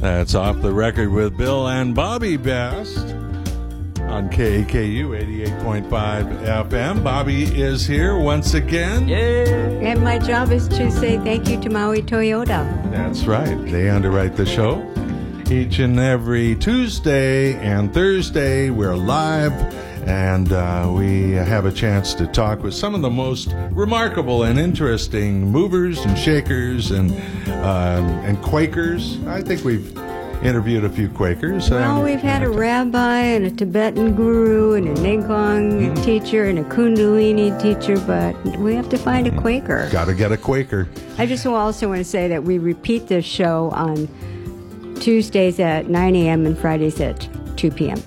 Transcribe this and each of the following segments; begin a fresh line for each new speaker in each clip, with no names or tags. That's off the record with Bill and Bobby Best on KAKU 88.5 FM. Bobby is here once again.
Yeah.
And my job is to say thank you to Maui Toyota.
That's right. They underwrite the show each and every Tuesday and Thursday. We're live and uh, we have a chance to talk with some of the most remarkable and interesting movers and shakers and um, and Quakers. I think we've interviewed a few Quakers.
Well,
Um,
we've had a rabbi and a Tibetan guru and a Nagong teacher and a Kundalini teacher, but we have to find a Quaker.
Got to get a Quaker.
I just wa- also want to say that we repeat this show on Tuesdays at 9 a.m. and Fridays at 2 p.m.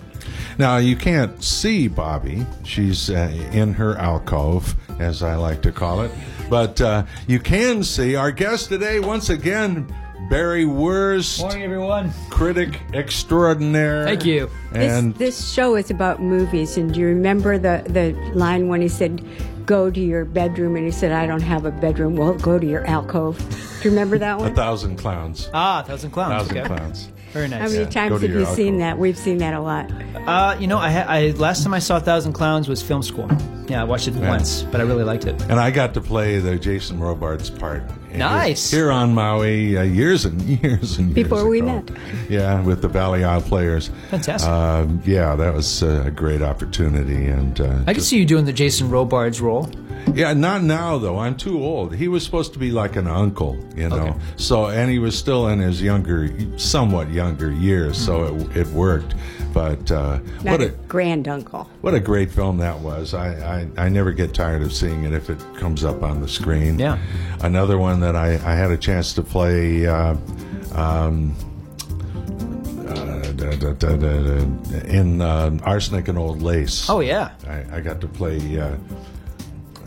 Now, you can't see Bobby. She's uh, in her alcove, as I like to call it. But uh, you can see our guest today, once again, Barry Wurst,
Morning, everyone.
critic extraordinaire.
Thank you.
And
this, this show is about movies, and do you remember the, the line when he said, Go to your bedroom? And he said, I don't have a bedroom. Well, go to your alcove. Do you remember that
a
one?
thousand clowns.
Ah, Thousand Clowns.
thousand
okay.
clowns.
Very
How
nice.
many
Go
times
to
have
your
you seen
alcove.
that? We've seen that a lot.
Uh, you know, I, ha- I last time I saw Thousand Clowns was film school. Yeah, I watched it once, but I really liked it.
And I got to play the Jason Robards part. here-
Nice.
Here on Maui uh, years and years and years
Before we
ago.
met.
Yeah, with the Valley Isle Players.
Fantastic.
Um, yeah, that was uh, a great opportunity. And uh,
I could see you doing the Jason Robards role.
Yeah, not now though. I'm too old. He was supposed to be like an uncle, you know.
Okay.
So, and he was still in his younger, somewhat younger years, so
Mm-hmm.
it, it worked. But uh,
Not
what
a
a
grand uncle.
what a great film that was. I, I I never get tired of seeing it if it comes up on the screen.
Yeah.
Another one that I I had a chance to play. Uh, um, uh, da- da- da- da- da- in uh, arsenic and old lace.
Oh yeah.
I, I got to play. Uh,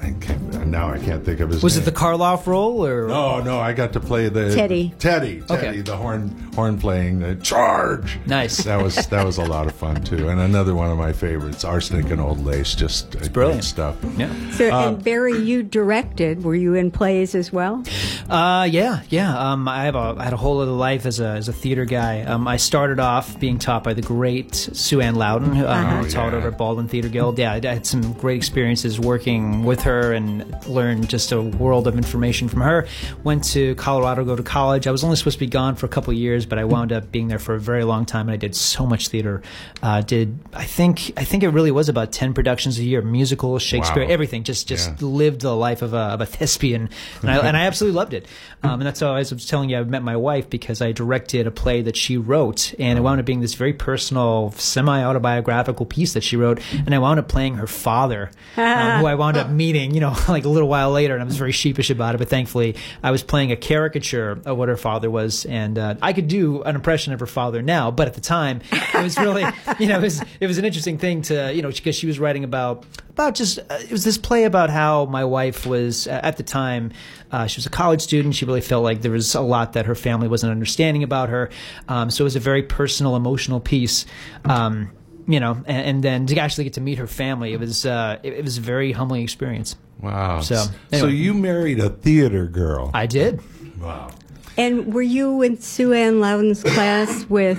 I can't, now I can't think of his
Was
name.
it the Karloff role or?
No, no, I got to play the
Teddy.
Teddy, Teddy,
Okay.
the horn, horn playing, the charge.
Nice.
That was that was a lot of fun too, and another one of my favorites, arsenic and old lace. Just it's
brilliant.
stuff.
Yeah.
So,
Uh,
and Barry, you directed. Were you in plays as well?
Uh, yeah, yeah. Um, I have a I had a whole other life as a as a theater guy. Um, I started off being taught by the great Sue Ann Loudon, who um,
Oh,
taught
yeah.
over at Baldwin Theater Guild. Yeah, I I had some great experiences working with her and learned just a world of information from her. Went to Colorado, to go to college. I was only supposed to be gone for a couple years, but I wound up being there for a very long time, and I did so much theater. Uh, did I think I think it really was about ten productions a year, musicals, Shakespeare,
Wow.
everything. Just just
Yeah.
lived the life of a, of a thespian, and I, and I absolutely loved it. Um, and that's how I was telling you I met my wife because I directed a play that she wrote, and it wound up being this very personal, semi autobiographical piece that she wrote, and I wound up playing her father, um, who I wound up meeting, you know, like a little while later, and I was very sheepish about it, but thankfully I was playing a caricature of what her father was, and uh, I could do an impression of her father now, but at the time it was really, you know, it was it was an interesting thing to, you know, because she was writing about about just uh, it was this play about how my wife was uh, at the time uh, she was a college student she really felt like there was a lot that her family wasn't understanding about her um, so it was a very personal emotional piece um, you know and, and then to actually get to meet her family it was uh, it, it was a very humbling experience
Wow.
So,
so
anyway.
you married a theater girl.
i did
wow.
And were you in Sue Ann Loudon's class with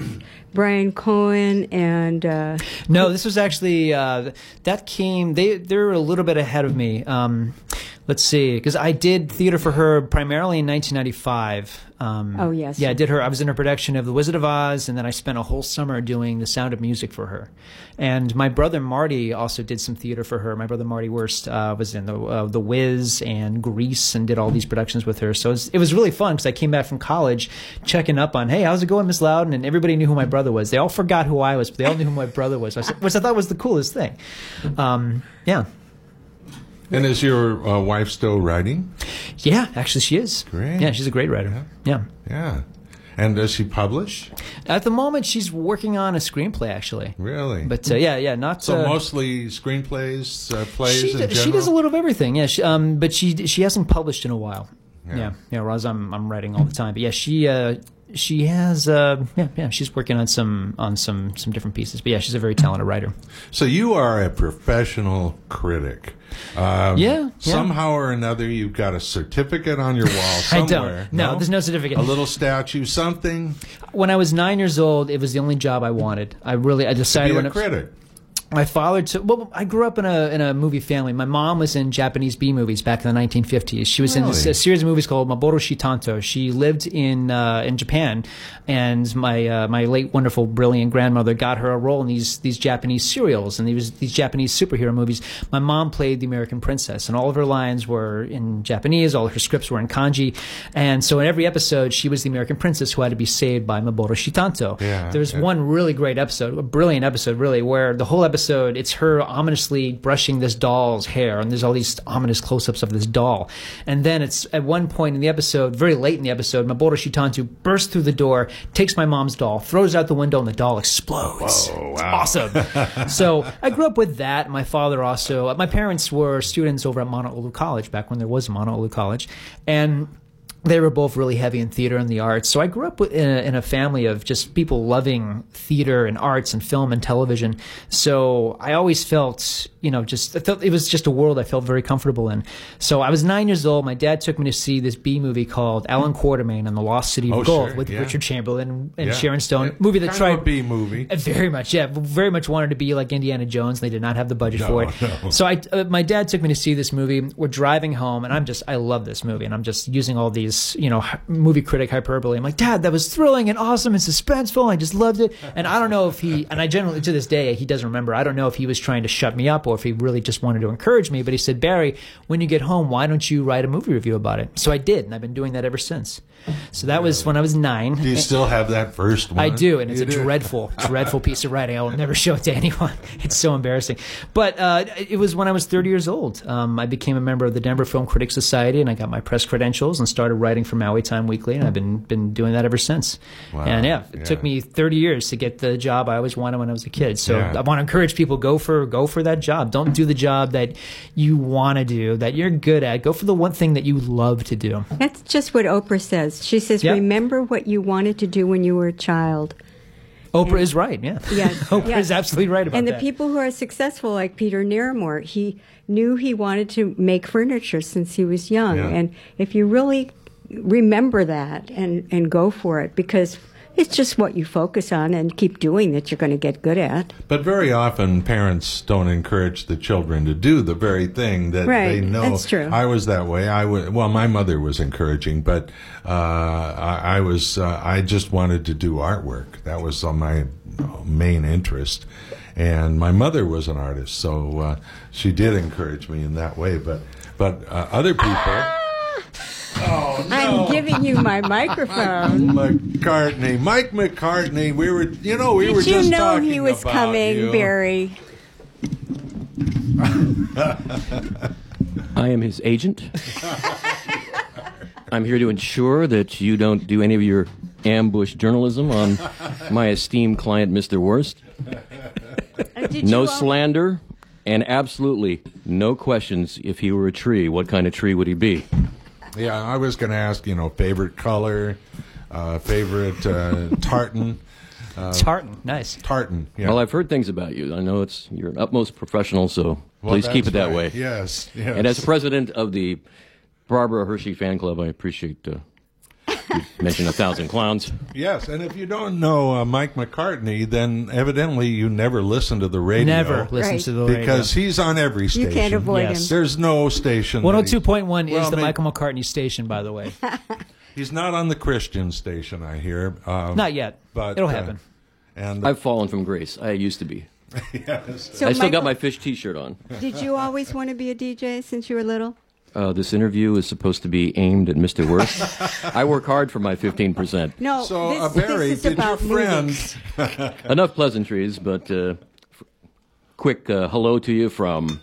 Brian Cohen and uh,
No, this was actually uh, that came. They they were a little bit ahead of me. Um, let's see, because I did theater for her primarily in 1995. Um,
Oh, yes.
yeah, I did her. I was in her production of The Wizard of Oz, and then I spent a whole summer doing The Sound of Music for her. And my brother Marty also did some theater for her. My brother Marty Wurst uh, was in the uh, The Wiz and Grease, and did all these productions with her. So it was, it was really fun because I came back from college checking up on, hey, how's it going, Miss Loudon? And everybody knew who my brother was. They all forgot who I was, but they all knew who my brother was, which I thought was the coolest thing. Um, yeah.
And is your uh, wife still writing?
Yeah, actually, she is.
Great.
Yeah, she's a great writer. yeah.
Yeah. And does she publish?
At the moment, she's working on a screenplay, actually.
Really?
But uh, yeah, yeah, not
so
uh,
mostly screenplays, uh, plays
She,
in
d-
general.
she does a little of everything. Yeah, she, um, but she she hasn't published in a while.
Yeah.
Yeah, yeah. Roz, I'm I'm writing all the time, but yeah, she uh, she has uh, yeah, yeah she's working on some on some some different pieces but yeah she's a very talented writer
So you are a professional critic. Um,
Yeah, yeah.
Somehow or another, you've got a certificate on your wall
I
somewhere.
don't. No, there's no certificate.
A little statue, something.
When I was nine years old, it was the only job I wanted. I really, I decided
Be
when
a
it-
critic.
my father took. Well, I grew up in a in a movie family. My mom was in Japanese B movies back in the 1950s. She was in this,
Really?
a series of movies called Maboroshi Tanto. She lived in uh, in Japan, and my uh, my late wonderful brilliant grandmother got her a role in these these Japanese serials and these these Japanese superhero movies. My mom played the American princess, and all of her lines were in Japanese. All of her scripts were in kanji, and so in every episode, she was the American princess who had to be saved by Maboroshi Tanto.
Yeah,
There's
yeah.
one one really great episode, a brilliant episode, really, where the whole episode it's her ominously brushing this doll's hair, and there's all these ominous close-ups of this doll. And then it's at one point in the episode, very late in the episode, Maboru Shitantu bursts through the door, takes my mom's doll, throws it out the window, and the doll explodes.
Whoa,
It's
wow.
awesome. so I grew up with that. My father also, uh, my parents were students over at Honolulu College back when there was Honolulu College, and they were both really heavy in theater and the arts. So I grew up with, in, a, in a family of just people loving theater and arts and film and television. So I always felt, you know, just I felt it was just a world I felt very comfortable in. So I was nine years old. My dad took me to see this B movie called Alan Quartermain and the Lost City of
Oh,
Gold
sure,
with
yeah.
Richard Chamberlain and
Yeah.
Sharon Stone.
Yeah.
Movie that
Kind
tried
of a B movie.
uh, Very much, yeah. Very much wanted to be like Indiana Jones. They did not have the budget
No,
for it.
no.
So I, uh, my dad took me to see this movie. We're driving home, and I'm just, I love this movie, and I'm just using all these, you know, hy- movie critic hyperbole. I'm like, Dad, that was thrilling and awesome and suspenseful. I just loved it. And I don't know if he, and I generally to this day he doesn't remember. I don't know if he was trying to shut me up or if he really just wanted to encourage me. But he said, Barry, when you get home, why don't you write a movie review about it? So I did, and I've been doing that ever since. So that was when I was nine.
Do you still have that first one?
I do, and it's
You
a dreadful, dreadful piece of writing. I will never show it to anyone. It's so embarrassing. But uh, it was when I was 30 years old. Um, I became a member of the Denver Film Critics Society, and I got my press credentials and started writing for Maui Time Weekly, and I've been been doing that ever since.
Wow.
And yeah, it
Yeah.
took me 30 years to get the job I always wanted when I was a kid. So
Yeah.
I want to encourage people go for go for that job. Don't do the job that you want to do, that you're good at. Go for the one thing that you love to do.
That's just what Oprah says. She says,
Yep.
remember what you wanted to do when you were a child.
Oprah is right. Yeah,
Yes,
Oprah
yes.
is absolutely right about
and the
that.
people who are successful, like Peter Naramore, he knew he wanted to make furniture since he was young.
Yeah.
And if you really remember that and, and go for it, because it's just what you focus on and keep doing that you're going to get good at.
But very often, parents don't encourage the children to do the very thing that
Right,
they know.
that's true.
I was that way. I was, well, my mother was encouraging, but uh, I, I was. Uh, I just wanted to do artwork. That was uh, my main interest, and my mother was an artist, so uh, she did encourage me in that way. But but uh, other people.
Ah!
Oh,
I'm giving you my microphone.
McCartney, Mike McCartney. We were, you know, we were
Did you
just
know
talking
he was
about
coming,
you.
Barry?
I am his agent. I'm here to ensure that you don't do any of your ambush journalism on my esteemed client, Mr. Worst.
Uh, did
No
um,
you all-
slander, and absolutely no questions. If he were a tree, what kind of tree would he be?
Yeah, I was going to ask, you know, favorite color, uh, favorite uh, tartan, Oh.
Tartan, nice.
tartan. Yeah.
Well, I've heard things about you. I know it's you're an utmost professional, so
Well,
please keep it
that's
that
right.
way.
Yes, yes.
And as president of the Barbara Hershey fan club, I appreciate uh, you mentioned a thousand clowns.
yes, and if you don't know uh, Mike McCartney, then evidently you never listen to the radio.
Never listen
Right.
to the radio.
Because he's on every station.
You can't avoid
Yes.
him.
There's no station. that he's-
102.1
Well,
is the
may-
Michael McCartney station, by the way.
He's not on the Christian station, I hear. Um,
Not yet.
But
It'll
uh,
happen.
and
I've fallen from grace. I used to be.
So
I still
Michael,
got my fish T-shirt on.
Did you always want to be a DJ since you were little?
Uh, this interview is supposed to be aimed at Mr. Worst. I work hard for my fifteen percent.
No,
so,
Oh, this,
uh, Barry,
this is
did
about
your friend?
movies.
Enough pleasantries, but uh, f- quick uh, hello to you from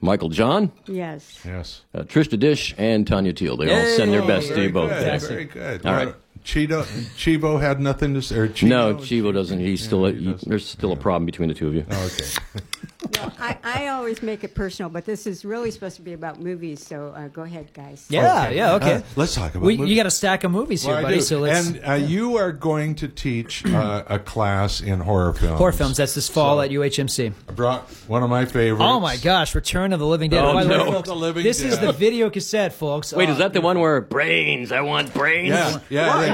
Michael John,
Yes.
Yes.
uh, Trishta Dish, and Tanya Teal. They all send their best to
Oh, Very
you both.
good,
Thanks.
Very good.
All
Well,
right.
Cheeto, Chivo had nothing to say. Or Chino,
No, Chivo doesn't. He's still. A,
he doesn't. Oh.
there's still a problem between the two of you.
Okay.
I, I always make it personal, but this is really supposed to be about movies, so uh, go ahead, guys.
Yeah, yeah, okay.
Uh, let's talk about
we,
movies.
You got a stack of movies
Well,
here,
I
buddy.
do.
So let's
and uh, you are going to teach uh, a class in horror films.
horror films. That's this fall
So-
at UHMC.
I brought one of my favorites.
Oh my gosh, Return of the Living Dead.
Oh,
By the way,
no.
folks,
The Living
this is
Dead.
the video cassette, folks.
Wait,
Uh,
is that the one where brains? I want brains.
Yeah, yeah. they-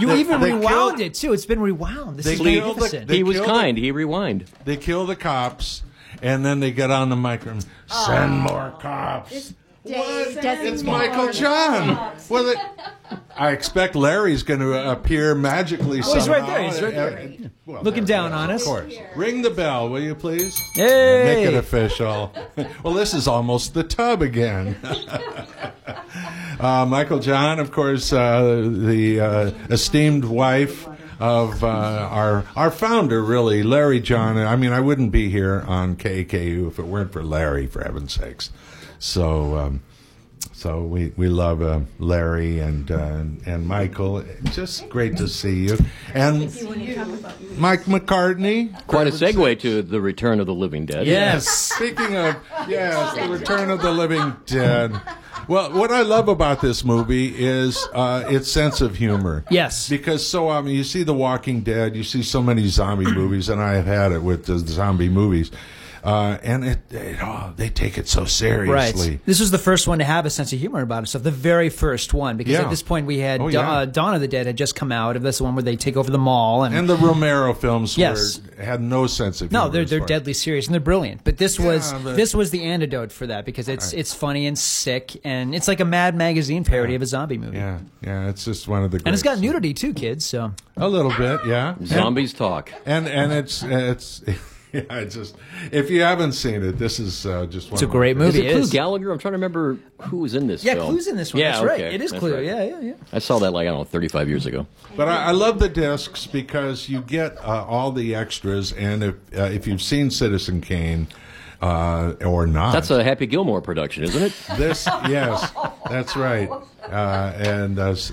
you even
they
rewound
killed-
it too? It's been rewound. This
They
is
killed the-
magnificent.
They
He was
killed
kind. He rewind.
They kill the cops, and then they get on the microphone. Send more cops.
Ah. Dave,
What?
send
It's
more
Michael John. Well, they- I expect Larry's going to appear magically
Oh,
somehow.
he's right there, he's right
Uh, uh, well,
Looking
there
down
he is,
on us.
Of course. Ring the bell, will you please?
Hey!
Make it official. well, this is almost the tub again. Uh, Michael John, of course, uh, the uh, esteemed wife of uh, our our founder, really, Larry John. I mean, I wouldn't be here on KKU if it weren't for Larry, for heaven's sakes. So, um, so we we love uh, Larry and uh, and Michael. Just great to see you, and Mike McCartney.
Quite a segue to the Return of the Living Dead.
yes.
Speaking of, yes, The Return of the Living Dead. Well, what I love about this movie is uh, its sense of humor.
Yes.
Because so, I mean, you see The Walking Dead, you see so many zombie movies, and I have had it with the zombie movies. Uh, and it, it oh, they take it so seriously.
Right. This was the first one to have a sense of humor about itself, the very first one, because
Yeah.
at this point we had
Oh,
Da-
yeah.
uh, Dawn of the Dead had just come out. That's the one where they take over the mall. And,
And the Romero films
Yes.
were, had no sense of humor.
no, they're,
as
they're
far-
deadly serious and they're brilliant. But this was
Yeah, but-
this was the antidote for that because it's it's funny and sick and it's like a Mad Magazine parody of a zombie movie.
Yeah, yeah, it's just one of the. Greats.
And it's got nudity too, kids. So
a little bit, yeah. And-
Zombies talk.
and and it's it's yeah, it's just if you haven't seen it, this is uh, just one.
it's a
of my
great
favorites.
Is
movie.
it Clue
is.
Gallagher? I'm trying to remember who was in this
Yeah,
film.
Clue's in this one.
Yeah,
That's right.
okay.
It is
That's
Clue.
right.
Yeah, yeah, yeah.
I saw that like, I don't know, 35 years ago.
But I, I love the discs because you get uh, all the extras, and if uh, if you've seen Citizen Kane uh, or not,
That's a Happy Gilmore production, isn't it?
this yes, that's right, uh, and. Uh, s-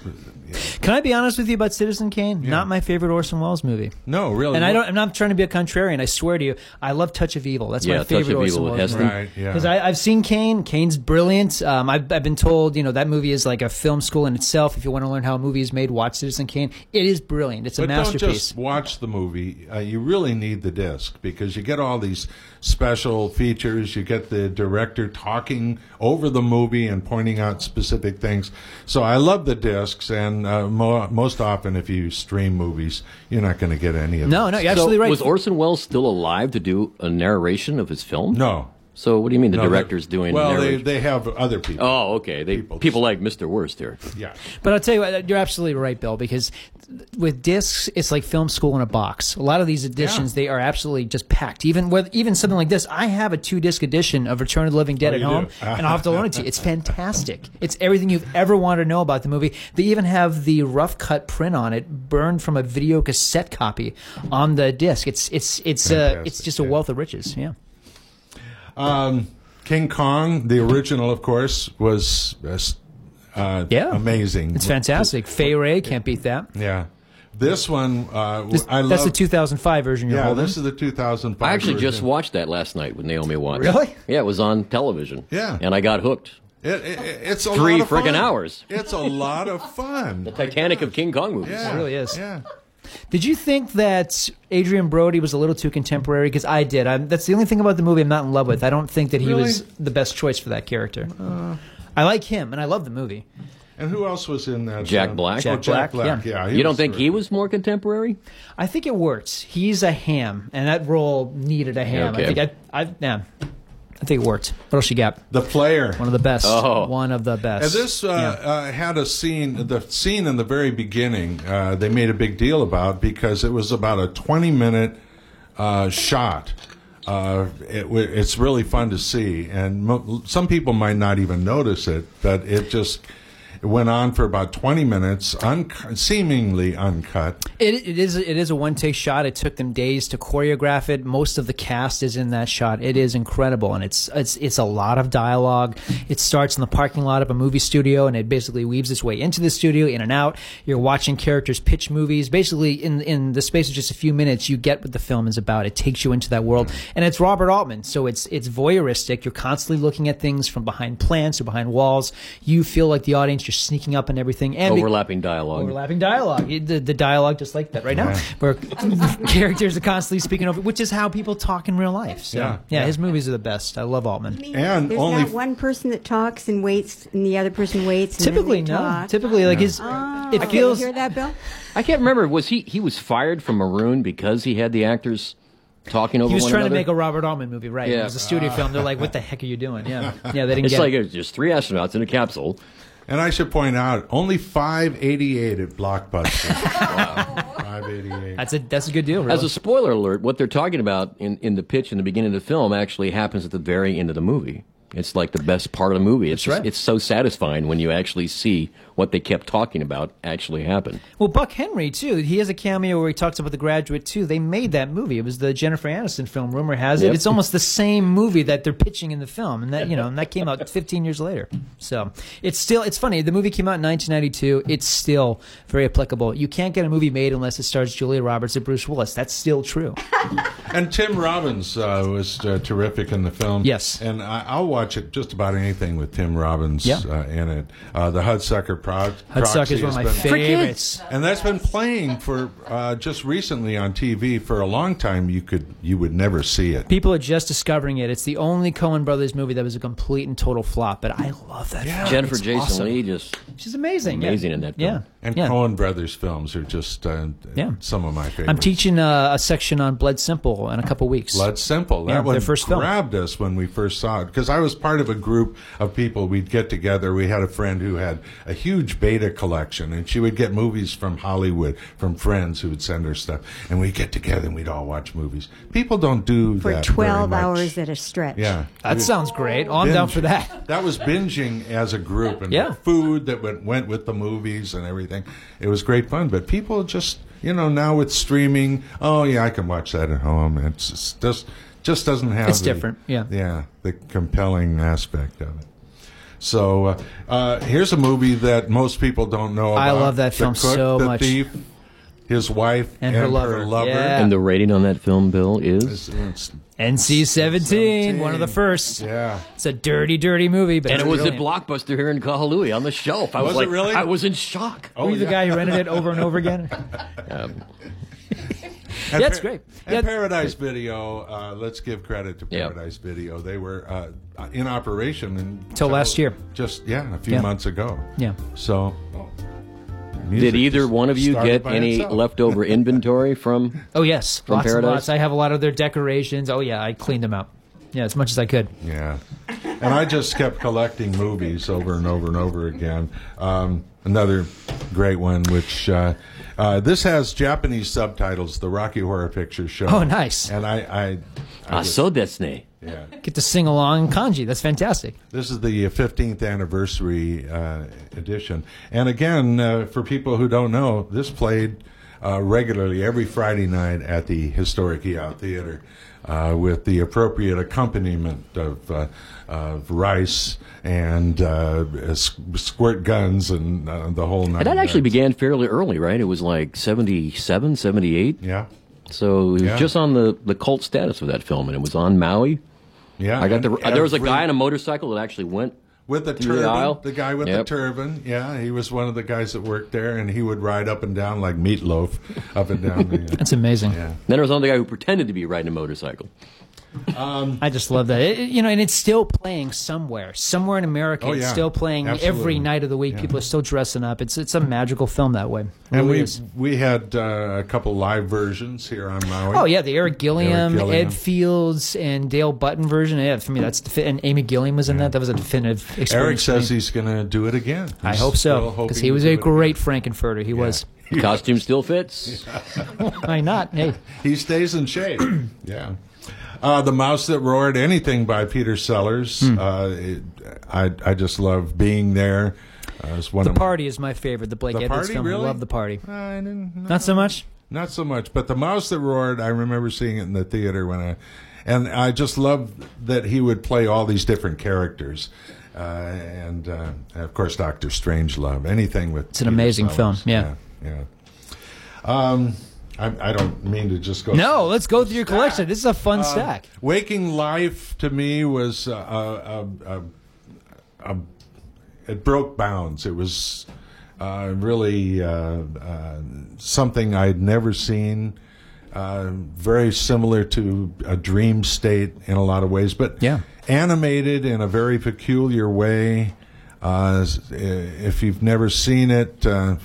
Can I be honest with you about Citizen Kane? Not my favorite Orson Welles movie.
no, really.
And I don't. I'm not trying to be a contrarian. I swear to you, I love Touch of Evil. That's
Yeah,
my
Touch
favorite
of
Orson
Evil with
Welles
Heston.
movie.
Right, yeah.
Because I've seen Kane. Kane's brilliant. Um, I've, I've been told, you know, that movie is like a film school in itself. If you want to learn how a movie is made, watch Citizen Kane. It is brilliant. It's a
But don't
masterpiece.
just watch the movie. Uh, you really need the disc because you get all these special features. You get the director talking over the movie and pointing out specific things. So I love the discs, and uh, mo- most often, if you stream movies, you're not going to get any of
no,
this.
no, you're absolutely
so
right.
Was Orson Welles still alive to do a narration of his film?
no.
So what do you mean the
No,
director's
they-
doing
Well, they,
narration?
they have other people.
oh, okay. They people, like Mr. Worst here.
Yeah.
But I'll tell you what, you're absolutely right, Bill, because with discs, it's like film school in a box. A lot of these editions, they are absolutely just packed. Even with even something like this, I have a two disc edition of Return of the Living Dead
Oh,
at
you
home,
do?
and I'll have to loan it to you. It's fantastic. It's everything you've ever wanted to know about the movie. They even have the rough cut print on it, burned from a video cassette copy on the disc. It's it's it's uh,
Fantastic,
it's just a
yeah.
wealth of riches. Yeah.
King Kong, the original, of course, was uh, s- uh,
Yeah.
amazing.
It's fantastic. Fay Ray can't beat that.
Yeah. This one, uh,
This-
I love.
that's the 2005 version you're
Yeah,
holding.
this is the 2005.
I actually just
version.
watched that last night with Naomi Watts.
Really?
Yeah, it was on television.
Yeah.
And I got hooked.
It, it, it's a
Three
lot of
friggin'
fun.
hours.
It's a lot of fun.
Titanic of King Kong movies.
Yeah,
It really is.
Yeah.
Did you think that Adrian Brody was a little too contemporary? Because I did. I'm, that's the only thing about the movie I'm not in love with. I don't think that he
Really?
was the best choice for that character.
Uh.
I like him, and I love the movie.
And who else was in that?
Jack
uh,
Black?
Oh,
Jack
Jack
Black,
Black. Yeah.
yeah.
You don't think
was,
he was more contemporary?
I think it worked. He's a ham, and that role needed a ham.
Okay.
I think I, I, yeah, I think it worked. What else you got?
the player?
One of the best.
Oh.
One of the best.
And this uh, uh, had a scene, the scene in the very beginning, uh, they made a big deal about because it was about a 20 minute uh, shot. Uh, it, wa- it's really fun to see, and mo- some people might not even notice it, but it just It went on for about 20 minutes, uncu- seemingly uncut.
It, it is it is a one take shot. It took them days to choreograph it. Most of the cast is in that shot. It is incredible, and it's it's it's a lot of dialogue. It starts in the parking lot of a movie studio, and it basically weaves its way into the studio, in and out. You're watching characters pitch movies. Basically, in in the space of just a few minutes, you get what the film is about. It takes you into that world, and it's Robert Altman, so it's it's voyeuristic. You're constantly looking at things from behind plants or behind walls. You feel like the audience. You're sneaking up and everything. And be-
Overlapping dialogue.
overlapping dialogue. It- The, the dialogue just like that right now, where characters are constantly speaking over, which is how people talk in real life. So,
Yeah,
yeah,
yeah.
his movies are the best. I love Altman.
And
there's
only-
not one person that talks and waits, and the other person waits. And then
Typically,
they
no.
talk.
Typically, like his, it
Did you
feels.
hear that, Bill?
I can't remember. Was he he was fired from Maroon because he had the actors talking over
He was
one
trying to
another?
make a Robert Altman movie, right?
Yeah.
It was a studio film. They're like, "What the heck are you doing?" Yeah, yeah. They didn't
It's
get.
like
it.
it was just three astronauts in a capsule.
And I should point out, only 588 at Blockbuster. 588.
that's a that's a good deal. Really.
As a spoiler alert, what they're talking about in, in the pitch in the beginning of the film actually happens at the very end of the movie. It's like the best part of the movie.
That's
It's just-
right.
it's so satisfying when you actually see what they kept talking about actually happen.
Well, Buck Henry too. He has a cameo where he talks about The Graduate too. They made that movie. It was the Jennifer Aniston film. Rumor has it.
Yep.
It's almost the same movie that they're pitching in the film, and that you know, and that came out 15 years later. So it's still it's funny. The movie came out in 1992. It's still very applicable. You can't get a movie made unless it stars Julia Roberts and Bruce Willis. That's still true.
And Tim Robbins uh, was uh, terrific in the film.
Yes.
And I, I'll watch it just about anything with Tim Robbins
Yeah.
uh, in it. Uh, the Hudsucker Pro-
Hudsucker
Proxy
is one
has
of my
been-
favorites.
And that's been playing for uh, just recently on TV for a long time. You could you would never see it.
People are just discovering it. It's the only Coen Brothers movie that was a complete and total flop, but I love that. film.
Jennifer
It's
Jason
awesome.
Lee just
She's amazing. yeah.
Amazing in that film.
Yeah.
And
yeah.
Cohen Brothers films are just uh,
Yeah.
some of my favorites.
I'm teaching uh, a section on Blood Simple in a couple weeks.
Blood Simple. That
Yeah, their
one
first film.
grabbed us when we first saw it because I was part of a group of people. We'd get together. We had a friend who had a huge beta collection, and she would get movies from Hollywood from friends who would send her stuff, and we'd get together and we'd all watch movies. People don't do
For
that very
12
much.
hours at a stretch.
Yeah,
That sounds great. Oh, I'm down for that.
That was binging as a group and
Yeah.
food that went, went with the movies and everything. It was great fun, but people just, you know, now with streaming, oh yeah, I can watch that at home. It's just just, just doesn't have
It's
the-
different, yeah.
Yeah, the compelling aspect of it. So uh, uh, here's a movie that most people don't know about.
I love that
The
film
Cook,
so
the
much.
Thief, his wife
And her lover. Yeah.
and the rating on that film, Bill, is
It's-
NC 17, one of the first.
Yeah.
It's a dirty, dirty movie, but
and it
it's
was a
brilliant.
blockbuster here in Kahului on the shelf. I was,
Was it
like,
really?
I was in shock. Um,
Were you the
Oh, yeah.
guy who rented it over and over again? yeah, it's great.
And
Yeah,
Paradise Video, uh, let's give credit to
Yeah.
Paradise Video. They were uh, in operation until
Till last year.
Just yeah, a few
Yeah.
months ago.
Yeah.
So. music
Did either
just
one of you
started
get
by
any
itself.
leftover inventory from?
oh, yes. lots
Paradise?
and lots. I have a lot of their decorations. Oh, yeah, I cleaned them out. Yeah, as much as I could.
Yeah. And I just kept collecting movies over and over and over again. Um, another great one, which uh, uh, this has Japanese subtitles, The Rocky Horror Picture Show.
Oh, nice.
And I, I, I
Ah,
just-
so desne.
yeah.
Get to sing along in kanji. That's fantastic.
This is the 15th anniversary uh, edition. And again, uh, for people who don't know, this played uh, regularly every Friday night at the Historic EOW Theater uh, with the appropriate accompaniment of, uh, of rice and uh, s- squirt guns and uh, the whole night.
And that actually began fairly early, right? It was like 77, 78.
Yeah.
So it was
Yeah.
just on the, the cult status of that film, and it was on Maui.
Yeah.
I got the. uh,
and
there was a
every-
guy on a motorcycle that actually went.
with the
Through the
turban.
aisle?
The, guy with the
Yep.
turban. Yeah, he was one of the guys that worked there, and he would ride up and down like meatloaf, up and down the. uh,
That's amazing.
Then there was another guy who pretended to be riding a motorcycle.
I just love that. It, it- you know, and it's still playing somewhere. Somewhere in America,
Oh,
it's
yeah.
still playing
Absolutely.
every night of the week. People are still dressing up. It's it's a magical film that way. It
And
really
we
is.
we had uh, a couple live versions here on Maui.
Oh yeah, the Eric Gilliam,
Eric Gilliam.
Ed Fields, and Dale Button version. Yeah, for me that's defi- and Amy Gilliam was in that. That was a definitive experience.
Eric
for me.
says he's going to do it again.
I
He's
hope
still
so
hoping
because he
to
was
do
a
it
great Frankenfurter. He was.
Costume still fits.
Why not? Hey,
again. He stays in shape. yeah. Uh, the Mouse That Roared,
Hmm.
anything by Peter Sellers. Uh, it, I I just love being there. Uh, it's one
The
of my-
Party is my favorite. The Blake
The
Edwards
Party,
film.
really?
I love The Party.
I didn't. no.
Not so much.
Not so much, but the mouse that roared. I remember seeing it in the theater when I, and I just loved that he would play all these different characters, uh, and uh, of course Doctor Strangelove. Anything with
It's an amazing film, yeah.
yeah. yeah. Um, I, I don't mean to just go. Um,
No, let's go through your collection. This is a fun stack.
Waking Life to me was uh, a, a, a, a, it broke bounds. It was uh, really uh, uh, something I had never seen. Uh, very similar to a dream state in a lot of ways, but
Yeah.
animated in a very peculiar way. Uh, s- i- if you've never seen it, uh,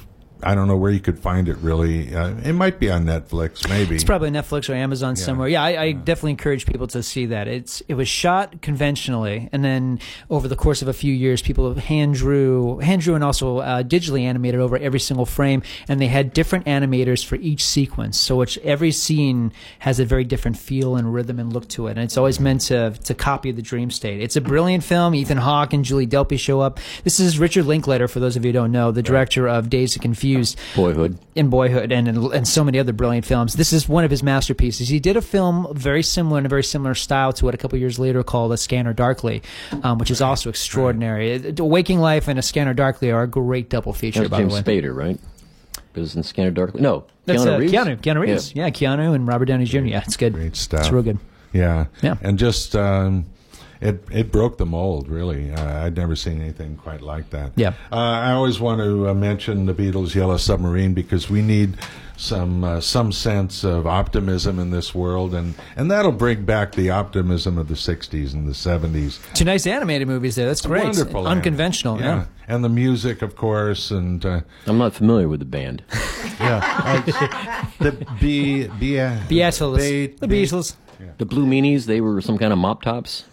I don't know where you could find it. Really, uh, it might be on Netflix, maybe.
It's probably Netflix or Amazon somewhere. Yeah, I, I definitely encourage people to see that. It's it was shot conventionally, and then over the course of a few years, people hand drew, hand drew, and also uh, digitally animated over every single frame, and they had different animators for each sequence. So which every scene has a very different feel and rhythm and look to it, and it's always meant to to copy the dream state. It's a brilliant film. Ethan Hawke and Julie Delpy show up. This is Richard Linklater, for those of you who don't know, the director of Days of Confused
Boyhood.
in Boyhood and in, and so many other brilliant films. This is one of his masterpieces. He did a film very similar in a very similar style to it a couple years later called A Scanner Darkly, um, which is also extraordinary. It- Waking Life and A Scanner Darkly are a great double feature,
That's
by the
James
way.
Spader, right? Because in Scanner Darkly. No,
That's
Keanu
uh,
Reeves.
Keanu, Keanu Reeves. Yeah. Keanu and Robert Downey Jr. Yeah, it's good.
Great stuff.
It's real good.
Yeah.
Yeah.
And just um, it it broke the mold. Really, uh, I'd never seen anything quite like that.
Yeah.
Uh, I always want to uh, mention the Beatles' Yellow Submarine because we need some uh, some sense of optimism in this world, and and that'll bring back the optimism of the '60s and the '70s.
Two nice animated movies there. That's great.
Wonderful,
Unconventional.
Yeah. And the music, of course, and uh,
I'm not familiar with the band.
yeah, uh, the B B
The Beatles. the Beatles.
The Blue Meanies, they were some kind of mop tops.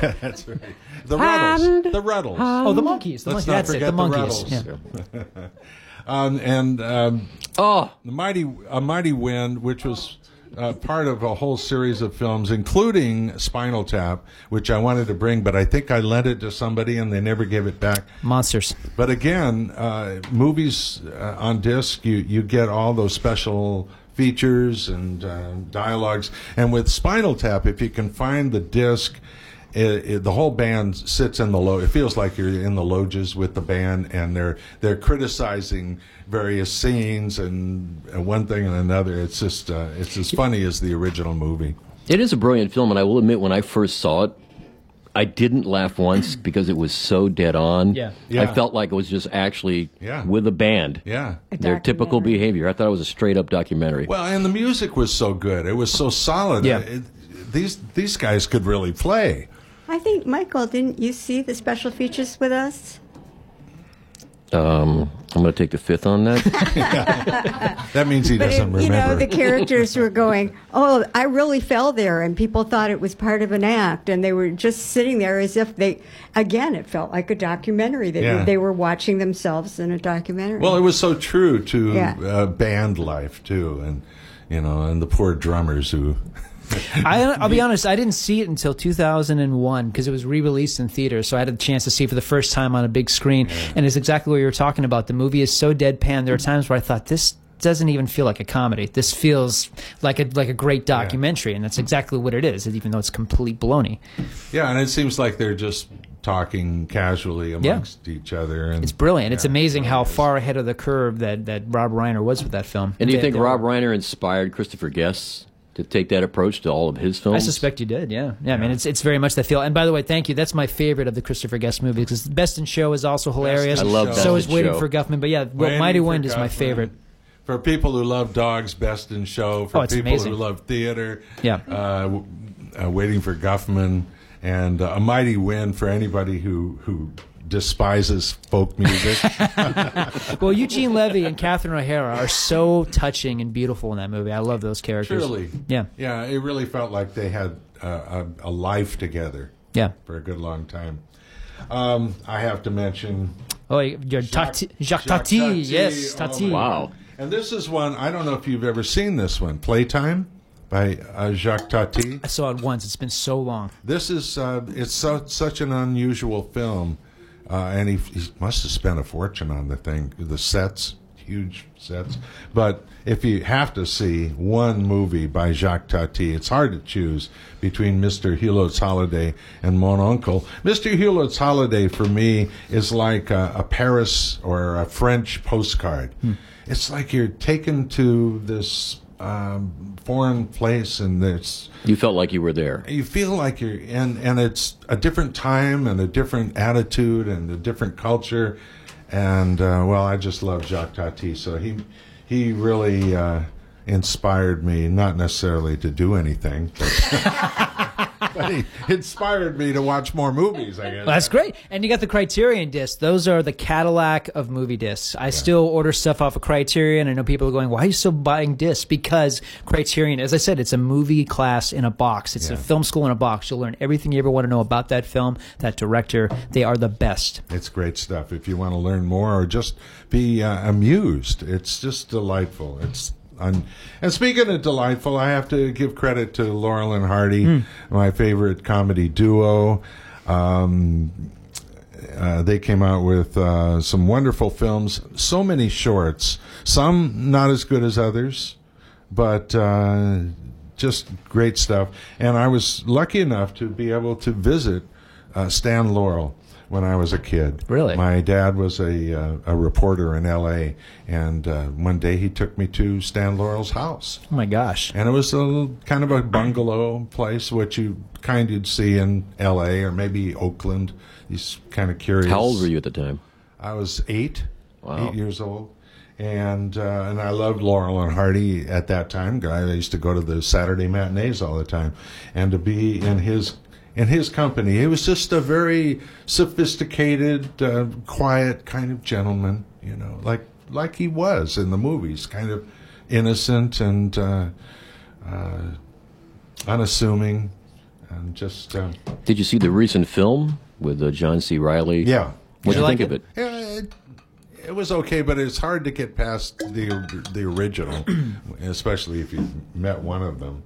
That's right. The Ruddles.
Um,
the Ruddles.
Oh, the monkeys. The
Let's
monkeys.
not
That's it.
forget
The
the
monkeys.
Ruddles.
yeah.
Um, and um,
Oh,
the mighty a mighty wind, which was uh, part of a whole series of films, including Spinal Tap, which I wanted to bring, but I think I lent it to somebody and they never gave it back.
Monsters.
But again, uh, movies uh, on disc, you you get all those special features and uh, dialogues. And with Spinal Tap, if you can find the disc. It, it, the whole band sits in the low. It feels like you're in the loges with the band, and they're they're criticizing various scenes and, and one thing and another. It's just uh, it's as funny as the original movie.
it is a brilliant film, and I will admit, when I first saw it, I didn't laugh once because it was so dead on.
Yeah.
Yeah.
I felt like it was just actually
Yeah.
with a band.
Yeah,
Their typical
Documentary.
behavior. I thought it was a straight up documentary.
Well, and the music was so good. It was so solid.
Yeah.
It- these these guys could really play.
I think Michael, didn't you see the special features with us?
Um, I'm going to take the fifth on that.
That means he
But it,
doesn't
you know,
remember.
the characters were going, "Oh, I really fell there," and people thought it was part of an act, and they were just sitting there as if they, again, it felt like a documentary that
Yeah.
they were watching themselves in a documentary.
well, it was so true to
Yeah.
uh, band life too, and you know, and the poor drummers who.
I, I'll be honest. I didn't see it until 2001 because it was re-released in theaters, so I had a chance to see it for the first time on a big screen. And it's exactly what you were talking about. The movie is so deadpan. There are times where I thought this doesn't even feel like a comedy. This feels like a like a great documentary, and that's exactly what it is. Even though it's complete baloney,
Yeah, and it seems like they're just talking casually amongst each other, and
it's brilliant. It's amazing how far ahead of the curve that that Rob Reiner was with that film.
and do you
They-
think
they-
Rob Reiner inspired Christopher Guest to take that approach to all of his films?
I suspect you did, yeah. Yeah, I mean, it's it's very much that feel. And by the way, thank you. That's my favorite of the Christopher Guest movies because Best in Show is also hilarious.
in I
love Show.
So is
Best in
Waiting
Show.
for Guffman. But yeah, well,
Waiting
Mighty
for
Wind is my
Guffman.
favorite.
For people who love dogs, best in show. For
Oh, it's
people
amazing.
who love theater,
Yeah.
Uh, w- uh, waiting for Guffman and uh, a mighty win for anybody who who despises folk music.
Well, Eugene Levy and Catherine O'Hara are so touching and beautiful in that movie. I love those characters.
Truly,
Yeah.
yeah. It really felt like they had uh, a, a life together.
Yeah.
for a good long time. Um, I have to mention
Oh, you're Tati, Jacques, Tati. Yes,
oh
Tati.
my
Wow.
God. And this is one I don't know if you've ever seen this one, Playtime by uh, Jacques Tati.
I saw it once. It's been so long.
This is uh, it's so, such an unusual film. uh, and he, he must have spent a fortune on the thing, the sets, huge sets. But if you have to see one movie by Jacques Tati, it's hard to choose between Mr. Hulot's Holiday and Mon Uncle. Mr. Hulot's Holiday for me is like a, a Paris or a French postcard. It's like you're taken to this um, foreign place and there's
You felt like you were there.
you feel like you're and and it's a different time and a different attitude and a different culture and uh, well i just love jacques tati so he he really uh, inspired me not necessarily to do anything but, but he inspired me to watch more movies i guess
Well, that's great. And you got the Criterion disc. Those are the Cadillac of movie discs. I still order stuff off of Criterion. I know people are going, why are you still buying discs? Because Criterion, as I said, it's a movie class in a box. It's a film school in a box. You'll learn everything you ever want to know about that film, that director. They are the best.
It's great stuff. If you want to learn more or just be uh, amused, it's just delightful. It's un- and speaking of delightful, I have to give credit to Laurel and Hardy, my favorite comedy duo. Um, uh, they came out with uh, some wonderful films, so many shorts, some not as good as others, but uh, just great stuff. And I was lucky enough to be able to visit uh, Stan Laurel when I was a kid.
Really?
My dad was a, uh, a reporter in L.A., and uh, one day he took me to Stan Laurel's house.
Oh my gosh.
And it was a little, kind of a bungalow place, which you kind you'd see in L.A. or maybe Oakland. These kind of curious.
How old were you at the time?
I was eight,
Wow.
eight years old, and uh, and I loved Laurel and Hardy at that time. I used to go to the Saturday matinees all the time, and to be in his in his company, he was just a very sophisticated, uh, quiet kind of gentleman. You know, like like he was in the movies, kind of innocent and uh, uh, unassuming, and just uh,
Did you see the recent film with uh, John C. Riley?
yeah.
What do
you
you
like
think of
it?
it?
Yeah, it, it was okay, but it's hard to get past the the original, especially if you met one of them.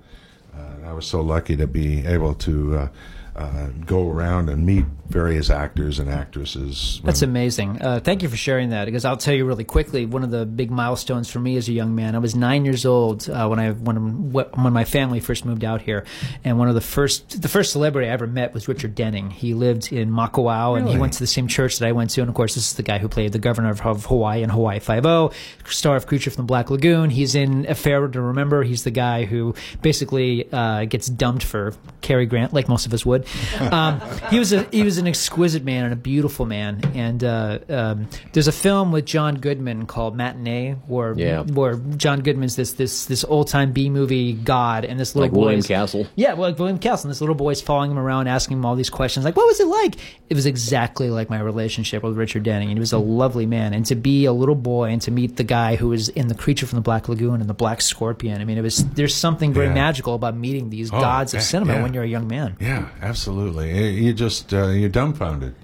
Uh, I was so lucky to be able to uh, uh, go around and meet various actors and actresses.
That's amazing. Uh, thank you for sharing that because I'll tell you really quickly. One of the big milestones for me as a young man, I was nine years old uh, when I when when my family first moved out here, and one of the first the first celebrity I ever met was Richard Denning. He lived in Makawao and he
Really?
went to the same church that I went to. And of course, this is the guy who played the governor of, of Hawaii in Hawaii Five O, star of Creature from the Black Lagoon. He's in A Pharaoh to Remember. He's the guy who basically uh, gets dumped for Cary Grant, like most of us would. Um, he was a he was an exquisite man and a beautiful man. And uh, um, there's a film with John Goodman called Matinee, where
Yeah.
where John Goodman's this this this old time B movie god, and this little
Like William
boy's-
Castle.
yeah, well, like William Castle. And this little boy's following him around, asking him all these questions. Like, what was it like? It was exactly like my relationship with Richard Denning. And he was a lovely man. And to be a little boy and to meet the guy who was in The Creature from the Black Lagoon and The Black Scorpion, I mean, it was there's something very
Yeah.
magical about meeting these
Oh,
gods
yeah,
of cinema
yeah.
when you're a young man.
Yeah, absolutely. Eh, You just uh, you're dumbfounded.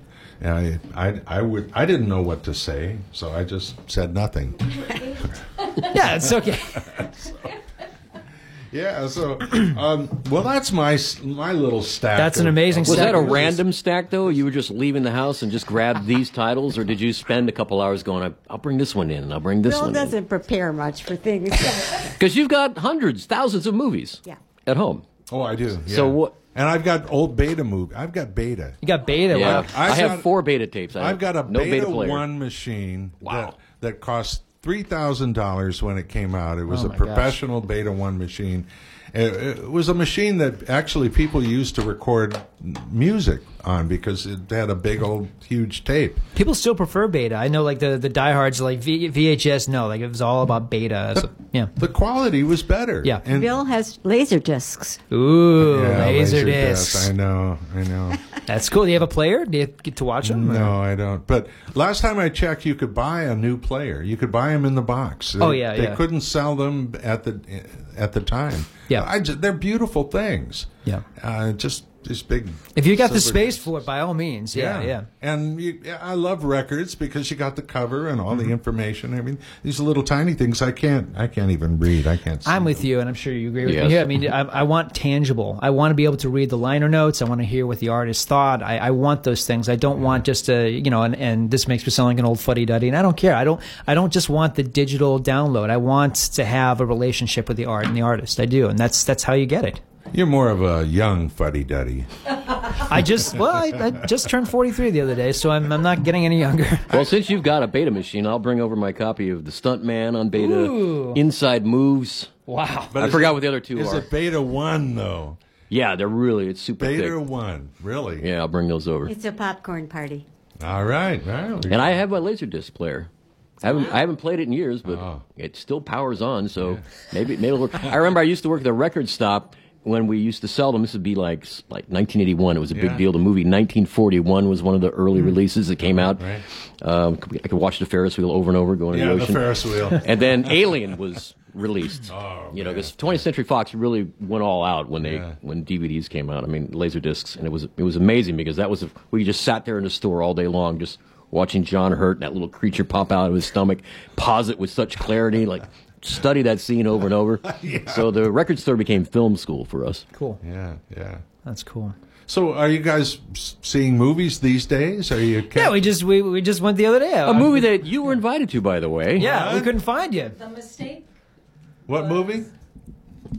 I, I I would I didn't know what to say, so I just said nothing.
Yeah, it's okay.
Yeah. So, um, well, that's my s- my little stack.
That's an
of-
amazing
Was that a
Stack.
random stack though? You were just leaving the house and just grabbed these titles, or did you spend a couple hours going, "I- "I'll bring this one in, and I'll bring this
Bill
one in"?
doesn't prepare much for things.
Because you've got hundreds, thousands of movies
Yeah.
at home.
Oh, I do.
So
yeah.
what-
And I've got old beta movie. I've got beta.
You got beta.
Yeah,
Wow.
I
I have
got-
four beta tapes. I
I've got a
no beta,
beta,
player.
one machine
Wow.
that that cost three thousand dollars when it came out. It was a
Oh my gosh.
professional beta one machine. It, it was a machine that actually people used to record music on because it had a big old huge tape.
People still prefer beta. I know, like the the diehards, like v- VHS. No, like it was all about beta. So, yeah.
The quality was better.
Yeah.
And-
Bill has laser discs.
Ooh,
yeah, Laserdisc.
laser discs.
I know. I know.
That's cool. Do you have a player? Do you get to watch them?
No, I don't. But last time I checked, you could buy a new player. You could buy them in the box.
Oh,
They-
yeah,
they
yeah.
couldn't sell them at the at the time.
Yeah.
I ju- they're beautiful things.
Yeah.
Uh, just this big.
If you got the
silver-
space for it, by all means, yeah, yeah.
And you, I love records because you got the cover and all
Mm-hmm.
the information. I mean, these little tiny things I can't, I can't even read. I can't. See
I'm with you, and I'm sure you agree with
Yes.
me. Yeah, I mean, I, I want tangible. I want to be able to read the liner notes. I want to hear what the artist thought. I, I want those things. I don't want just a you know. And, and this makes me sound like an old fuddy duddy, and I don't care. I don't. I don't just want the digital download. I want to have a relationship with the art and the artist. I do, and that's that's how you get it.
You're more of a young fuddy duddy.
I just well, I, I just turned 43 the other day, so I'm I'm not getting any younger.
Well, since you've got a beta machine, I'll bring over my copy of The Stuntman on beta, Inside Moves.
Wow.
I forgot what the other two
Is
are.
it Beta One though?
Yeah, they're really, it's super
Beta
thick.
One, really?
Yeah, I'll bring those over.
It's a popcorn party.
All right, well,
And I have my Laserdisc player. I haven't, I haven't played it in years, but
Oh.
it still powers on. So maybe maybe it'll work. I remember I used to work at the record stop when we used to sell them. This would be like like 1981. It was a
Yeah. Hmm.
big deal. The movie 1941 was one of the early releases that came out.
Right.
Um, I could watch the Ferris wheel over and over going
yeah,
in
the
the ocean.
Ferris wheel.
and then Alien was released.
Oh,
you know,
man.
because 20th Century Fox really went all out when they
Yeah.
when DVDs came out. I mean, laser discs, and it was it was amazing because that was we just sat there in the store all day long just watching John Hurt and that little creature pop out of his stomach, pause it with such clarity, like study that scene over and over. So the record store became film school for us.
Cool.
yeah, yeah.
That's cool.
So, are you guys s- seeing movies these days? Are you? ca-
Yeah, we just we, we just went the other day.
A movie that you were invited to, by the way.
Uh, Yeah, we
Huh?
couldn't find you.
The mistake?
what movie?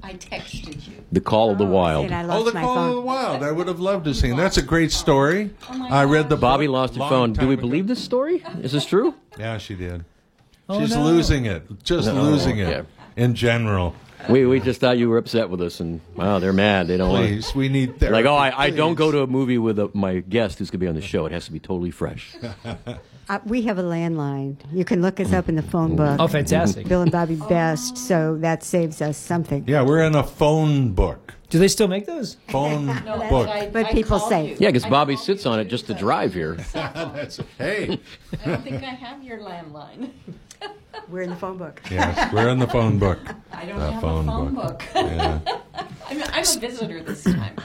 I texted you.
The Call of the
I
Wild.
said I lost
Oh, The
my
Call of the
phone. Oh
Wild. I would have loved to seen. That's a great story.
my
I read the
Bobby lost her
Long
phone. Do
time
we
ago.
believe this story? Is this true?
Yeah, she did.
Oh,
She's
no.
losing it. Just
No,
losing it
yeah.
in general.
We, we just thought you were upset with us, and wow, they're mad. They don't want to
Please, we need therapy.
Like, oh, I, I don't
please.
go to a movie with a, my guest who's going to be on the show. It has to be totally fresh.
Uh, we have a landline. You can look us up in the phone book.
Oh, fantastic.
Bill and Bobby Best, so that saves us something.
Yeah, we're in a phone book.
Do they still make those?
Phone
No,
book.
I,
But
I
people
called
say-
you.
Yeah, because
I
Bobby
called
sits
you
on it
too,
just to
but
drive here.
That's, hey,
I don't think I have your landline.
We're in the phone book.
yes, we're in the phone book.
I don't
The
have
phone
a phone
book.
book.
Yeah.
I'm, I'm a visitor this time.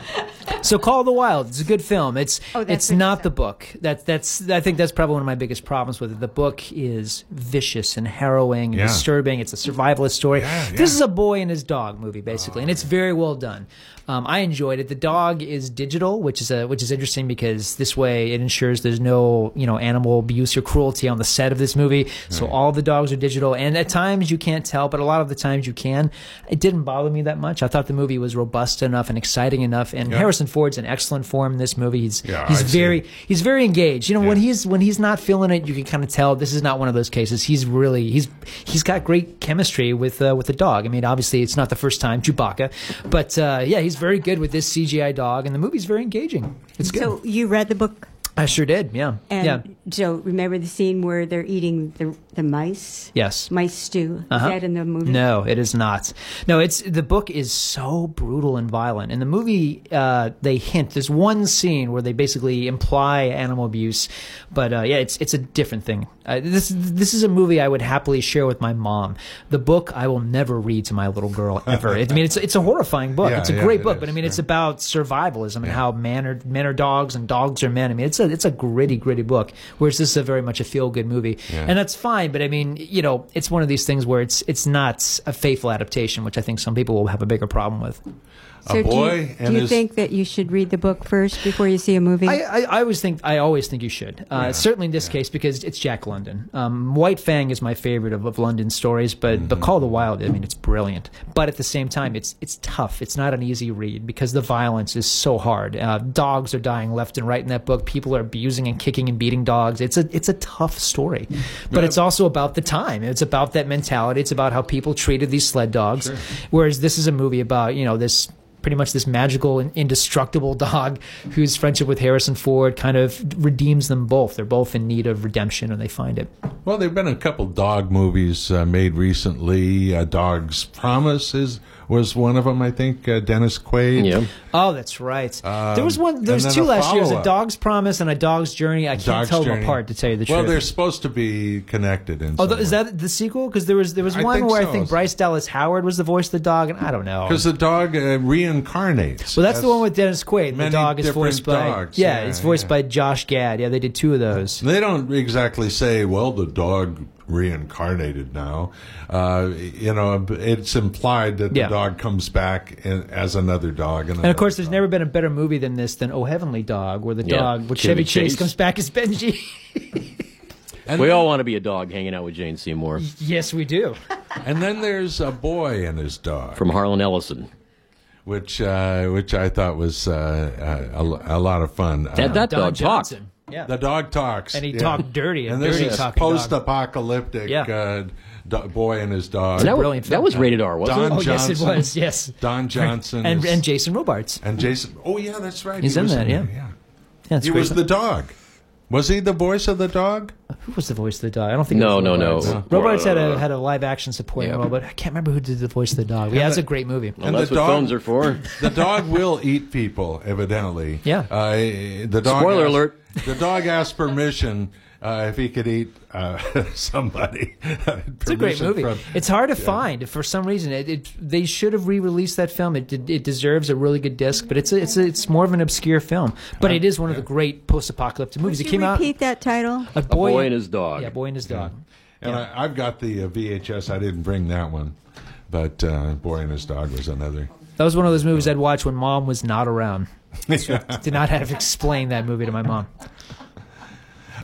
So Call of the Wild, it's a good film. It's
Oh, that's
it's
what you
not
said.
the book. That's that's I think that's probably one of my biggest problems with it. The book is vicious and harrowing and
Yeah.
disturbing. It's a survivalist story.
Yeah,
This
yeah.
is a boy and his dog movie basically, and it's very well done. Um, I enjoyed it. The dog is digital, which is a which is interesting because this way it ensures there's no you know animal abuse or cruelty on the set of this movie.
Hmm.
So all the dogs are digital, and at times you can't tell, but a lot of the times you can. It didn't bother me that much. I thought the movie was robust enough and exciting enough, and
Yeah.
Harrison Ford's in excellent form in this movie. He's
Yeah,
he's
I'd say-
very he's very engaged. You know when
Yeah.
he's when he's not feeling it, you can kind of tell this is not one of those cases. He's really he's he's got great chemistry with uh, with the dog. I mean, obviously it's not the first time Chewbacca, but uh, yeah, he's very good with this CGI dog, and the movie's very engaging. It's good.
So you read the book,
I sure did. Yeah.
and
yeah.
so remember the scene where they're eating the the mice,
Yes.
mice stew.
Uh-huh.
Is that in the movie?
No, it is not. No, it's the book is so brutal and violent. In the movie, uh, they hint. There's one scene where they basically imply animal abuse, but uh, yeah, it's it's a different thing. Uh, this this is a movie I would happily share with my mom. The book I will never read to my little girl ever. I mean, it's it's a horrifying book.
Yeah,
it's a
yeah,
great
it
book,
is,
but I mean,
yeah.
it's about survivalism and how men are men are dogs and dogs are men. I mean, it's a it's a gritty gritty book. Whereas this is a very much a feel good movie, and that's fine. But I mean, you know, it's one of these things where it's it's not a faithful adaptation, which I think some people will have a bigger problem with.
So
a boy
do you,
and
do you
his.
think that you should read the book first before you see a movie?
I, I, I always think I always think you should. Uh, Certainly in this case because it's Jack London. Um, White Fang is my favorite of, of London's stories, but but Call of the Wild. I mean, it's brilliant. But at the same time, it's it's tough. It's not an easy read because the violence is so hard. Uh, dogs are dying left and right in that book. People are abusing and kicking and beating dogs. It's a it's a tough story, but it's also about the time. It's about that mentality. It's about how people treated these sled dogs. Whereas this is a movie about you know this pretty much this magical and indestructible dog whose friendship with Harrison Ford kind of redeems them both. They're both in need of redemption and they find it.
well, there've been a couple dog movies uh, made recently. Uh, Dog's Promise is was one of them. I think uh, Dennis Quaid.
Yeah.
Oh, that's right. there was one.
Um, and
There was
then
two
a
last year. It was a
follow-up.
Dog's Promise and a Dog's Journey. I can't
Dog's
tell them
Journey.
apart to tell you the
Well,
truth.
they're supposed to be connected in.
Oh, th- is that the sequel? Because there was there was
I
one
think
where
so.
I think Bryce Dallas Howard was the voice of the dog, and I don't know.
because the dog uh, reincarnates?
Well, that's the
as-
one with Dennis Quaid. The
many
dog is
different
voiced by
dogs.
yeah,
Yeah,
it's voiced
yeah.
by Josh Gad. Yeah, they did two of those.
They don't exactly say, well, the dog reincarnated now. Uh, you know, it's implied that
Yeah.
the dog comes back in, as another dog.
And of course, there's never been a better movie than this than Oh Heavenly Dog, where the
Yeah.
dog, where Chevy
Chevy
Chase,
Chase.
comes back as Benji.
we all want to be a dog hanging out with Jane Seymour
yes, we do.
And then there's a boy and his dog,
from Harlan Ellison.
which uh, which I thought was uh, a, a lot of fun. Uh,
That, that
Don
dog talked.
Johnson. Yeah.
the dog talks,
And he talked dirty, a
And this
dirty
is
talking dog.
post-apocalyptic
Yeah.
uh, do- boy and his dog.
That, was,
Brilliant
that
film.
was rated R, wasn't
Don
it?
oh yes, it
Johnson.
was. Yes.
Don Johnson
and
is-
and Jason Robards.
and Jason. Oh yeah, that's right.
He's
he
in
was
that,
there,
yeah. Yeah, it's
He
great.
was the dog. Was he the voice of the dog?
Who was the voice of the dog? I don't think.
No,
it was
no, no.
Robards.
No.
Robards had a had a live action supporting
Yeah.
role, but I can't remember who did the voice of the dog. Yeah, it's a great movie.
Well, that's
the
what
dog-
phones are for.
The dog will eat people, evidently.
Yeah.
Uh, the dog.
Spoiler
asked-
alert.
The dog asked permission uh, if he could eat uh, somebody.
It's a great movie. it's hard to find for some reason. It, it they should have re-released that film. It did- it deserves a really good disc, but it's a, it's a, it's more of an obscure film. But it is one of the great post-apocalyptic movies.
Could
it
you
came out.
repeat that title?
A
boy and his dog.
Yeah, boy and his dog.
and I, I've got the uh, VHS. I didn't bring that one, but uh, Boy and His Dog was another.
That was one of those movies I'd watch when mom was not around. Did not have to explain that movie to my mom.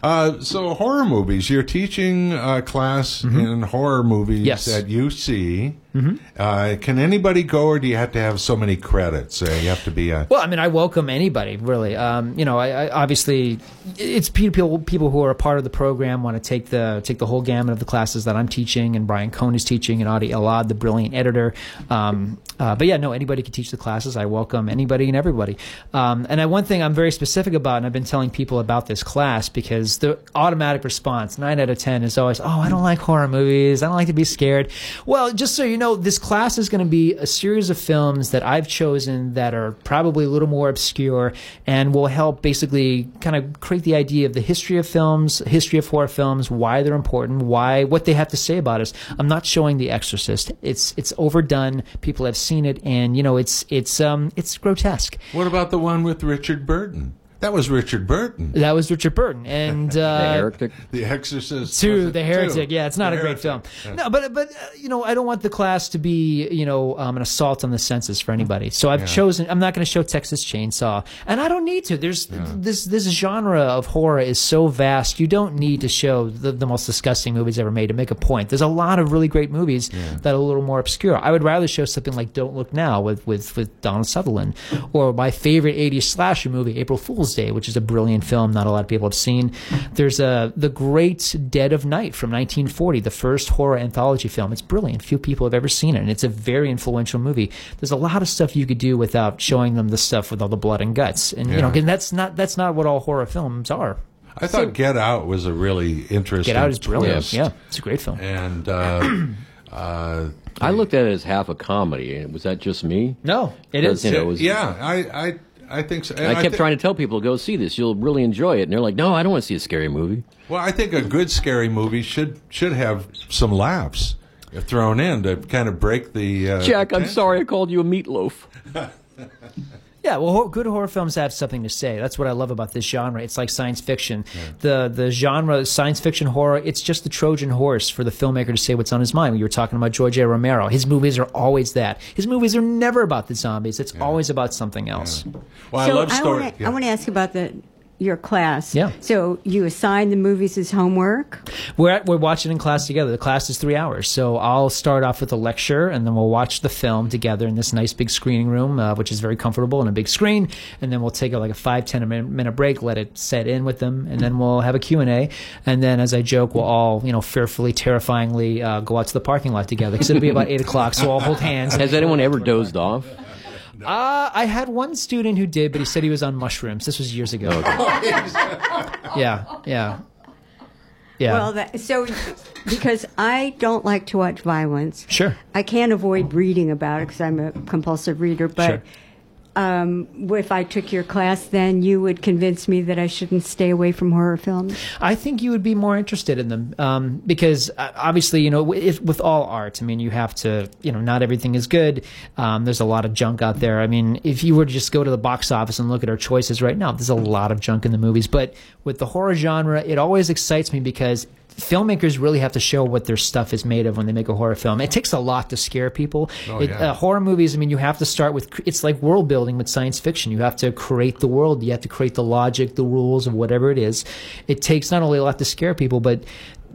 Uh, so horror movies. You're teaching a class in horror movies
Mm-hmm. Yes. Mm-hmm.
at UC. Uh, can anybody go, or do you have to have so many credits? Uh, you have to be a
Well, I mean, I welcome anybody, really. Um, you know, I, I obviously it's people people who are a part of the program want to take the take the whole gamut of the classes that I'm teaching, and Brian Cohn is teaching, and Adi Elad, the brilliant editor. Um, uh, but yeah, no, anybody can teach the classes. I welcome anybody and everybody. Um, and I, one thing I'm very specific about, and I've been telling people about this class because the automatic response nine out of ten is always, "Oh, I don't like horror movies. I don't like to be scared." Well, just so you know, this class is going to be a series of films that I've chosen that are probably a little more obscure and will help basically kind of create the idea of the history of films, history of horror films, why they're important, why what they have to say about us. I'm not showing The Exorcist. It's it's overdone. People have seen it, and you know it's it's um it's grotesque.
What about the one with Richard Burton? That was Richard Burton.
That was Richard Burton, and uh,
The heretic.
The Exorcist. was
Two,
it
The Heretic.
two?
Yeah, it's not
The
a great film.
Heretic.
No, but but uh, you know, I don't want the class to be you know um, an assault on the senses for anybody. So I've chosen. I'm not going to show Texas Chainsaw, and I don't need to. There's this this genre of horror is so vast. You don't need to show the, the most disgusting movies ever made to make a point. There's a lot of really great movies that are a little more obscure. I would rather show something like Don't Look Now with with with Donald Sutherland, or my favorite '80s slasher movie, April Fool's Day, which is a brilliant film. Not a lot of people have seen. There's a the Great Dead of Night from 1940, the first horror anthology film. It's brilliant. Few people have ever seen it, and it's a very influential movie. There's a lot of stuff you could do without showing them the stuff with all the blood and guts, and you know,
Yeah.
and that's not that's not what all horror films are.
I thought Get Out was a really interesting.
Get Out is brilliant.
twist.
Yeah, it's a great film.
And uh, uh,
I looked at it as half a comedy. and Was that just me?
No, it is.
You know, it was-
yeah, I I I think so. And
I kept
thi-
trying to tell people, go see this. You'll really enjoy it. And they're like, no, I don't want to see a scary movie.
Well, I think a good scary movie should should have some laughs thrown in to kind of break the. Uh,
Jack, I'm
tension.
sorry I called you a meatloaf.
Yeah, well, hor- good horror films have something to say. That's what I love about this genre. It's like science fiction. The the genre science fiction horror. It's just the Trojan horse for the filmmaker to say what's on his mind. We were talking about George A. Romero. His movies are always that. His movies are never about the zombies. It's always about something else.
Well, I
so
love story.
wanna-
yeah.
I want to ask about the your class.
Yeah.
So you assign the movies as homework.
We're at, we're watching in class together. The class is three hours, so I'll start off with a lecture, and then we'll watch the film together in this nice big screening room, uh, which is very comfortable and a big screen. And then we'll take a, like a five ten minute, minute break, let it set in with them, and then we'll have a Q and A. And then, as I joke, we'll all you know fearfully, terrifyingly uh, go out to the parking lot together because it'll be about eight o'clock. So I'll hold hands.
Has anyone ever dozed off?
Uh, I had one student who did, but he said he was on mushrooms. This was years ago. yeah, yeah. Yeah.
Well, that, so because I don't like to watch violence,
Sure.
I can't avoid reading about it because I'm a compulsive reader. But um, if I took your class, then you would convince me that I shouldn't stay away from horror films.
I think you would be more interested in them um, because uh, obviously, you know, if, with all art, I mean, you have to, you know, not everything is good. Um, there's a lot of junk out there. I mean, if you were to just go to the box office and look at our choices right now, there's a lot of junk in the movies. But with the horror genre, it always excites me because filmmakers really have to show what their stuff is made of when they make a horror film. It takes a lot to scare people. it,
yeah.
uh, horror movies, I mean, you have to start with it's like world building with science fiction. You have to create the world, you have to create the logic, the rules of whatever it is. It takes not only a lot to scare people, but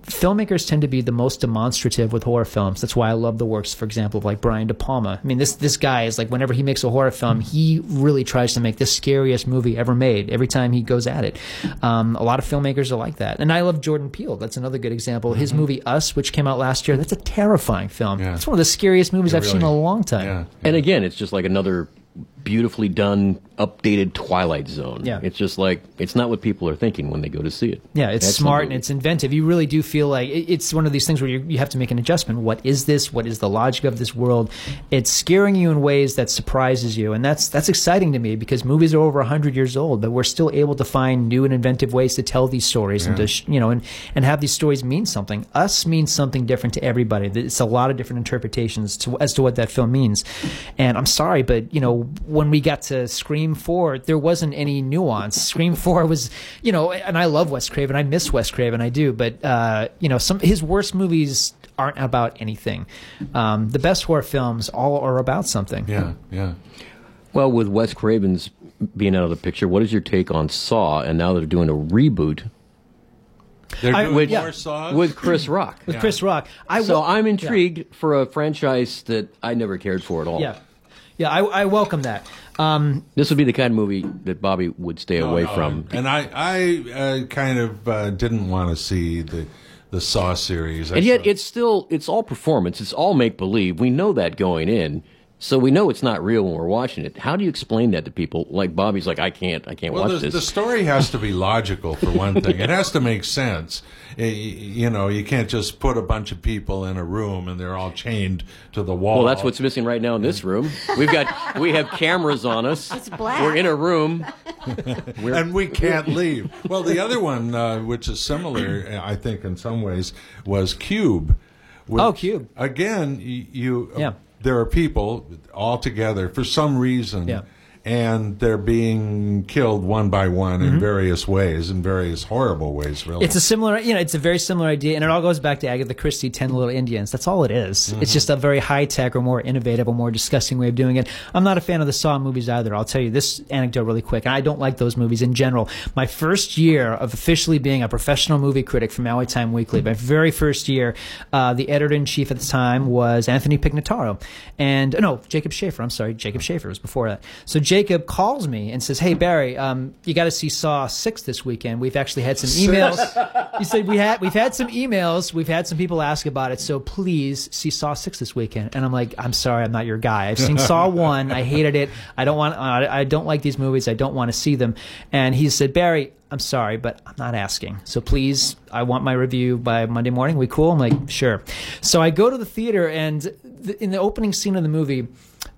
filmmakers tend to be the most demonstrative with horror films. That's why I love the works, for example, of like Brian De Palma. I mean, this this guy is like whenever he makes a horror film, he really tries to make the scariest movie ever made. Every time he goes at it, um, a lot of filmmakers are like that. And I love Jordan Peele. That's another good example. His movie Us, which came out last year, that's a terrifying film.
Mm-hmm. Yeah.
It's one of the scariest movies I've seen in a
really-
long time.
Yeah.
And again, it's just like another beautifully done, updated Twilight Zone.
Yeah.
It's just like it's not what people are thinking when they go to see it.
Yeah, it's
Excellent
smart and
movie.
it's inventive. You really do feel like it- it's one of these things where you, you have to make an adjustment. What is this? What is the logic of this world? It's scaring you in ways that surprises you, and that's that's exciting to me because movies are over hundred years old, but we're still able to find new and inventive ways to tell these stories and to sh- you know and and have these stories mean something. Us means something different to everybody. It's a lot of different interpretations to, as to what that film means. And I'm sorry, but you know when we got to Scream Four, there wasn't any nuance. Scream Four was you know, and I love Wes Craven. I miss Wes Craven. I do, but uh, you know, some his worst movies aren't about anything. Um, the best horror films all are about something.
Yeah, yeah.
Well, with Wes Craven's being out of the picture, what is your take on Saw? And now they're doing a reboot
They're
I-
doing
with-
more
yeah.
songs.
with Chris Rock.
With Chris Rock, I
So
wel-
I'm
yeah.
intrigued for a franchise that I never cared for at all.
Yeah, yeah, I, I welcome that. Um,
This would be the kind of movie that Bobby would stay away
No,
from.
Uh, And I, I uh, kind of uh, didn't want to see the the Saw series. I
And yet
saw-
it's still it's all performance. It's all make believe. We know that going in. So we know it's not real when we're watching it. How do you explain that to people? Like Bobby's like I can't I can't
well,
watch
the,
this.
the story has to be logical for one thing. It has to make sense. Y- y- you know, you can't just put a bunch of people in a room and they're all chained to the wall.
Well, Oh, that's what's missing right now in this room. We've got we have cameras on us. It's
black.
We're in a room.
and we can't leave. Well, the other one, uh, which is similar, uh, I think, in some ways, was Cube. which,
Oh, Cube.
Again, y- you. uh,
Yeah.
There are people all together for some reason.
Yeah.
And they're being killed one by one in various ways, in various horrible ways, really.
Mm-hmm. it's a similar, you know, it's a very similar idea, and it all goes back to Agatha Christie, Ten Little Indians. That's all it is. It's just a very high tech or more innovative or more disgusting way of doing it. I'm not a fan of the Saw movies either. I'll tell you this anecdote really quick, and I don't like those movies in general. My first year of officially being a professional movie critic for Maui Time Weekly, my very first year, uh, the editor in chief at the time was Anthony Pignataro, and no, Jacob Schaefer. I'm sorry, Jacob Schaefer was before that. So Jacob calls me and says, "Hey Barry, um, you got to see Saw Six this weekend. We've actually had some
Six?
emails." he said we had we've had some emails, we've had some people ask about it, so please see Saw Six this weekend. And I'm like, I'm sorry, I'm not your guy. I've seen Saw One, I hated it. I don't want, I I don't like these movies. I don't want to see them. And he said, Barry, I'm sorry, but I'm not asking. So please, I want my review by Monday morning. We cool? I'm like, sure. So I go to the theater, and th- in the opening scene of the movie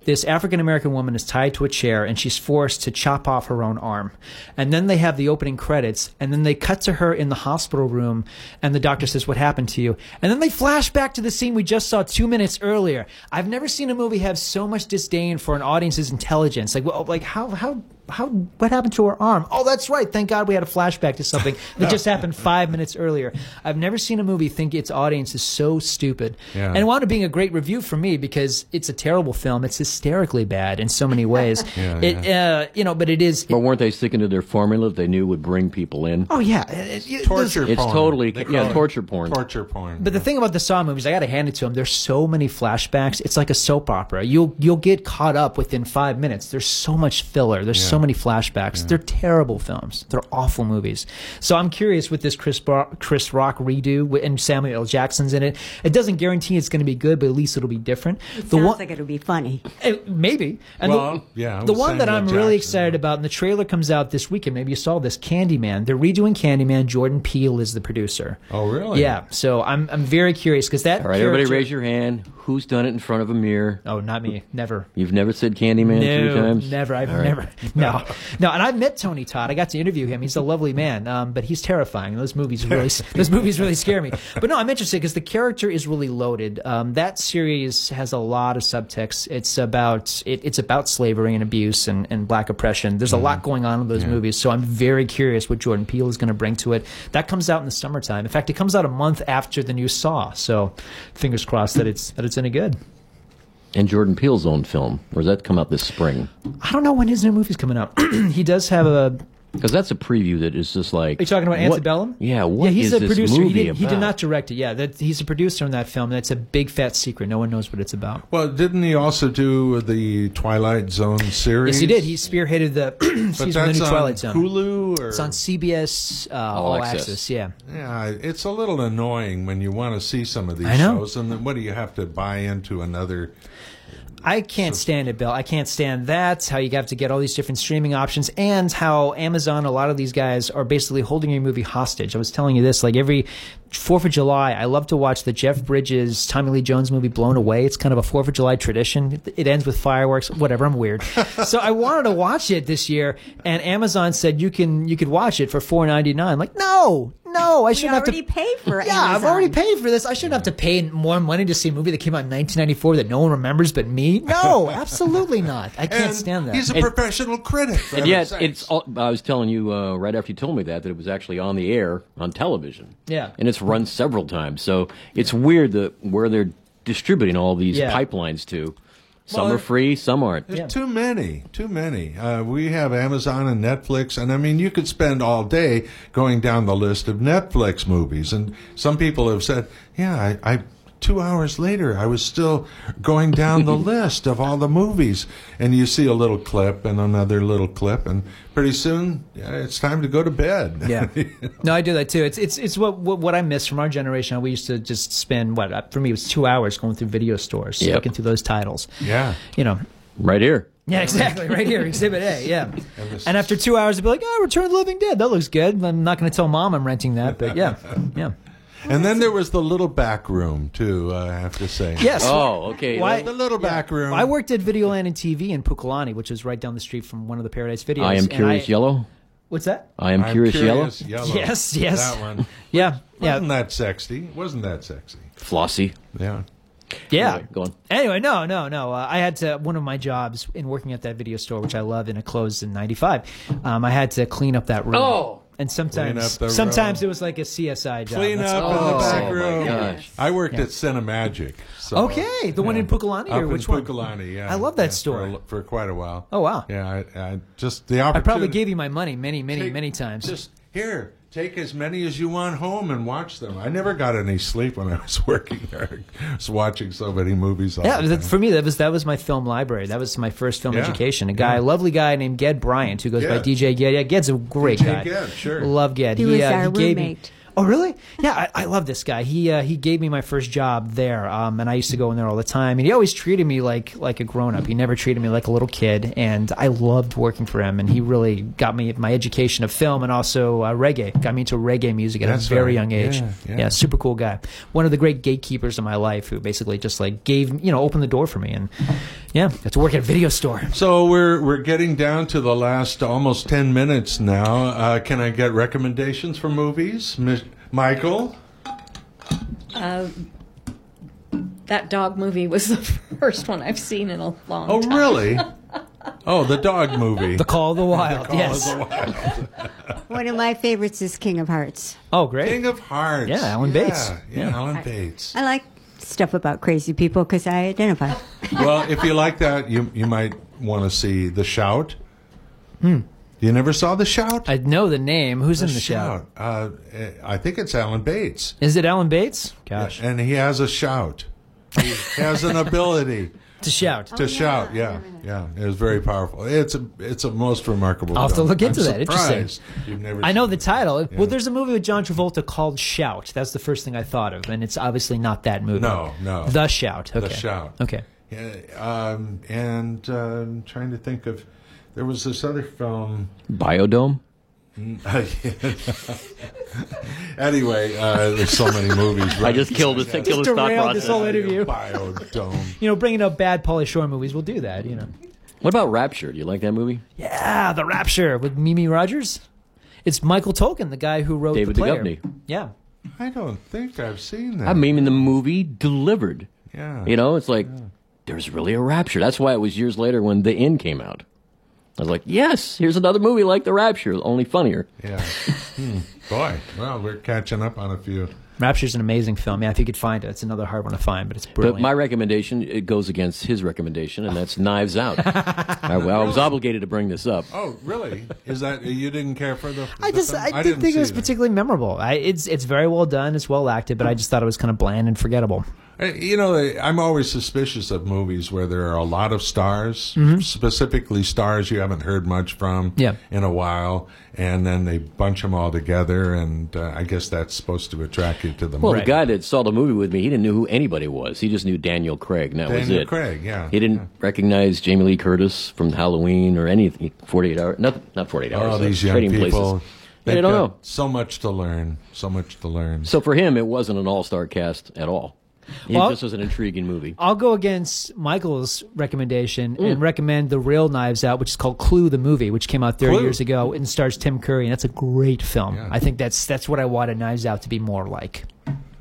this African American woman is tied to a chair and she's forced to chop off her own arm. And then they have the opening credits and then they cut to her in the hospital room and the doctor says, What happened to you? And then they flash back to the scene we just saw two minutes earlier. I've never seen a movie have so much disdain for an audience's intelligence. Like, well, like how, how, how, what happened to her arm? Oh, that's right. Thank God we had a flashback to something that just happened five minutes earlier. I've never seen a movie think its audience is so stupid.
Yeah.
And it wound up being a great review for me because it's a terrible film. It's hysterically bad in so many ways.
Yeah,
it, Uh, you know, but it is.
But weren't they sticking to their formula that they knew would bring people in?
oh yeah, it- it- those-
torture
It's
porn.
totally-
They
yeah,
call it
torture porn.
Torture porn.
But the thing about the Saw movies, I got to hand it to them. There's so many flashbacks. It's like a soap opera. You'll you'll get caught up within five minutes. There's so much filler. There's so many flashbacks. They're terrible films. They're awful movies. So I'm curious with this Chris Bar- Chris Rock redo wi- and Samuel L. Jackson's in it. It doesn't guarantee it's going to be good, but at least it'll be different.
It sounds like it'll be funny.
Eh, maybe. And
Well,
the,
yeah,
the
with
one that
Samuel
I'm really
Jackson.
excited about, and the trailer comes out this weekend. Maybe you saw this, Candyman. They're redoing Candyman. Jordan Peele is the producer.
Oh, really?
Yeah. So I'm I'm very curious because that.
All right, everybody raise your hand. Who's done it in front of a mirror?
Oh, not me. Never.
You've never said Candyman three
No,
times?
never. I've
All right.
never. No, no. And I've met Tony Todd. I got to interview him. He's a lovely man, um, but he's terrifying. Those movies really, those movies really scare me. But no, I'm interested because the character is really loaded. Um, that series has a lot of subtext. It's about it, it's about slavery and abuse and, and black oppression. There's a
Mm-hmm.
lot going on in those movies. So I'm very curious what Jordan Peele is going to bring to it. That comes out in the summertime. In fact, it comes out a month after the new Saw. So fingers crossed that it's that it's any good.
And Jordan Peele's own film, or does that come out this spring?
I don't know when his new movie's coming out. he does have a
Because that's a preview that is just like.
Are you talking about
what-
Antebellum?
Yeah, what
yeah, he's
is
a
this
producer.
movie
he, did, he did
about?
not direct it. Yeah, that, he's a producer on that film. That's a big fat secret. No one knows what it's about.
Well, didn't he also do the Twilight Zone series?
Yes, he did. He spearheaded the
but
excuse me, the
that's
new
on
Twilight Zone.
Hulu or
It's on CBS uh, All,
Access.
Access. Yeah.
Yeah, it's a little annoying when you want to see some of these
I know.
shows, and then what do you have to buy into another?
I can't stand it, Bill. I can't stand that. How you have to get all these different streaming options, and how Amazon, a lot of these guys are basically holding your movie hostage. I was telling you this, like every Fourth of July, I love to watch the Jeff Bridges, Tommy Lee Jones movie Blown Away. It's kind of a Fourth of July tradition. It- It ends with fireworks, whatever. I'm weird, so I wanted to watch it this year, and Amazon said you can you could watch it for four ninety nine. Like no, no, I
We
shouldn't have to
already paid for
yeah, I've already
Amazon.
paid for this. I shouldn't have to pay more money to see a movie that came out in 1994 that no one remembers but me. No, absolutely not. I can't
And
stand that.
He's a
And-
professional critic.
And yet, it's. All, I was telling you uh, right after you told me that that it was actually on the air on television.
Yeah.
and it's run several times, so it's weird that where they're distributing all these
Yeah.
pipelines to. Some
Well,
are free, some aren't.
There's
Yeah.
Too many, too many. Uh, we have Amazon and Netflix, and I mean, you could spend all day going down the list of Netflix movies. And some people have said, "Yeah, I, I two hours later, I was still going down the list of all the movies." And you see a little clip and another little clip, and pretty soon yeah, it's time to go to bed.
Yeah. No, I do that too. It's it's it's what what, what I miss from our generation. We used to just spend what uh, for me it was two hours going through video stores,
Yep.
looking through those titles.
yeah.
You know.
Right here.
Yeah, exactly. Right here, Exhibit A. Yeah.
this
And after two hours, I'd be like, "Oh, Return of the Living Dead. That looks good." I'm not going to tell mom I'm renting that, but yeah, yeah,
And then there was the little back room too. Uh, I have to say.
yes.
Oh, okay.
Why-
The little back room.
I worked at Videoland and TV in Pukulani, which is right down the street from one of the Paradise Videos.
I am
and
curious yellow.
What's that?
I am
I'm
curious,
curious
yellow.
yellow.
Yes, yes.
That one.
Yeah,
Wasn't
yeah,
that sexy? Wasn't that sexy?
Flossy.
Yeah.
yeah.
Anyway, go on.
Anyway, no, no, no. Uh, I had to one of my jobs in working at that video store, which I love, and it closed in '95. Um, I had to clean up that room.
Oh.
and
up
sometimes,
the
sometimes
room.
it was like a CSI job.
Clean
That's-
up in the
Oh,
back
my
room.
gosh.
I worked at Cinemagic. So,
Okay, the one in Pukulani,
Up
or which
in
one?
Pukulani, yeah.
I love that
yeah, for
store.
a l- for, quite a while.
Oh, wow.
Yeah, I, I just the
I
opportunity.
probably gave you my money many, many,
Take-
many times.
Just here, take as many as you want home and watch them. I never got any sleep when I was working there. I was watching so many movies. All
Yeah,
the
that,
time.
for me that was that was my film library. That was my first film
Yeah,
education. A guy,
yeah.
a lovely guy named Ged Bryant, who goes by
Ged.
DJ Ged. Yeah, Ged's a great
DJ
guy.
Ged, sure.
love Ged. uh,
He was our
gave me-
roommate.
Oh really? Yeah, I, I love this guy. He uh, he gave me my first job there, um, and I used to go in there all the time. And he always treated me like like a grown up. He never treated me like a little kid, and I loved working for him. And he really got me my education of film and also uh, reggae. Got me into reggae music at
That's
a very
right.
young age.
Yeah, yeah.
yeah, super cool guy. One of the great gatekeepers in my life who basically just like gave, you know, opened the door for me. And yeah, got to work at a video store.
So we're we're getting down to the last almost ten minutes now. Uh, can I get recommendations for movies, Mi- Michael?
That dog movie was the first one I've seen in a long
Oh,
time.
really? Oh, the dog movie. Oh,
The Call of the Wild. yes.
One of my favorites is King of Hearts.
Oh, great.
King of Hearts.
Yeah, Alan Bates.
Yeah, yeah, Alan Bates.
I like stuff about crazy people because I identify.
well, if you like that, you you might want to see The Shout. Hmm. You never saw The Shout?
I know the name. Who's in the show?
Uh, I think it's Alan Bates. Uh,
Is it Alan Bates? Gosh.
And he has a shout. He has an ability
to shout.
to shout. Yeah, yeah, it was very powerful. It's a it's a most remarkable.
I'll have to
film.
look
I'm
into that. Interesting.
surprised You've never.
I know
seen
the
it.
title. Well, there's a movie with John Travolta called Shout. That's the first thing I thought of, and it's obviously not that movie.
No, no.
The Shout. Okay.
The shout.
Okay.
Yeah, um, and uh, I'm trying to think of. There was this other film.
Biodome?
Anyway, uh, there's so many movies.
I
right?
just killed his,
Yeah.
killed his thought
derailed this
process.
whole interview.
Biodome.
You know, bringing up bad Pauly Shore movies, we'll do that. You know.
What about Rapture? Do you like that movie?
Yeah, The Rapture with Mimi Rogers. It's Michael Tolkien, the guy who wrote
David
the player.
Duchovny.
Yeah.
I don't think I've seen that.
I mean, in the movie delivered.
yeah.
You know, it's like there's really a rapture. That's why it was years later when The End came out. I was like, yes, here's another movie like The Rapture, only funnier.
Yeah. Hmm. Boy, well, we're catching up on a few.
Rapture's an amazing film. Yeah, if you could find it, it's another hard one to find, but it's brilliant.
But my recommendation it goes against his recommendation, and that's Knives Out. I, well, I was obligated to bring this up.
Oh, really? Is that you didn't care for the?
I
the
just
film?
I, didn't think
see
it was
that.
particularly memorable. I, it's it's very well done. It's well acted, but I just thought it was kind of bland and forgettable.
Uh, You know, I'm always suspicious of movies where there are a lot of stars, specifically stars you haven't heard much from
Mm-hmm. Yeah.
in a while, and then they bunch them all together, and uh, I guess that's supposed to attract you to the
Well,
movie.
the guy that saw the movie with me, he didn't know who anybody was. He just knew Daniel Craig, and that was
Daniel
it.
Craig, yeah.
He didn't recognize Jamie Lee Curtis from Halloween or anything. 48 hours. Not, not 48 hours.
all
uh,
these young
Trading
people.
Places.
they've
I don't
got
know.
So much to learn. So much to learn.
So for him, it wasn't an all star cast at all. It
Well-
just was an intriguing movie.
I'll go against Michael's recommendation and recommend the real Knives Out, which is called Clue the movie, which came out 30
Clue.
years ago and stars Tim Curry, and that's a great film.
Yeah.
I think that's that's what I wanted Knives Out to be more like.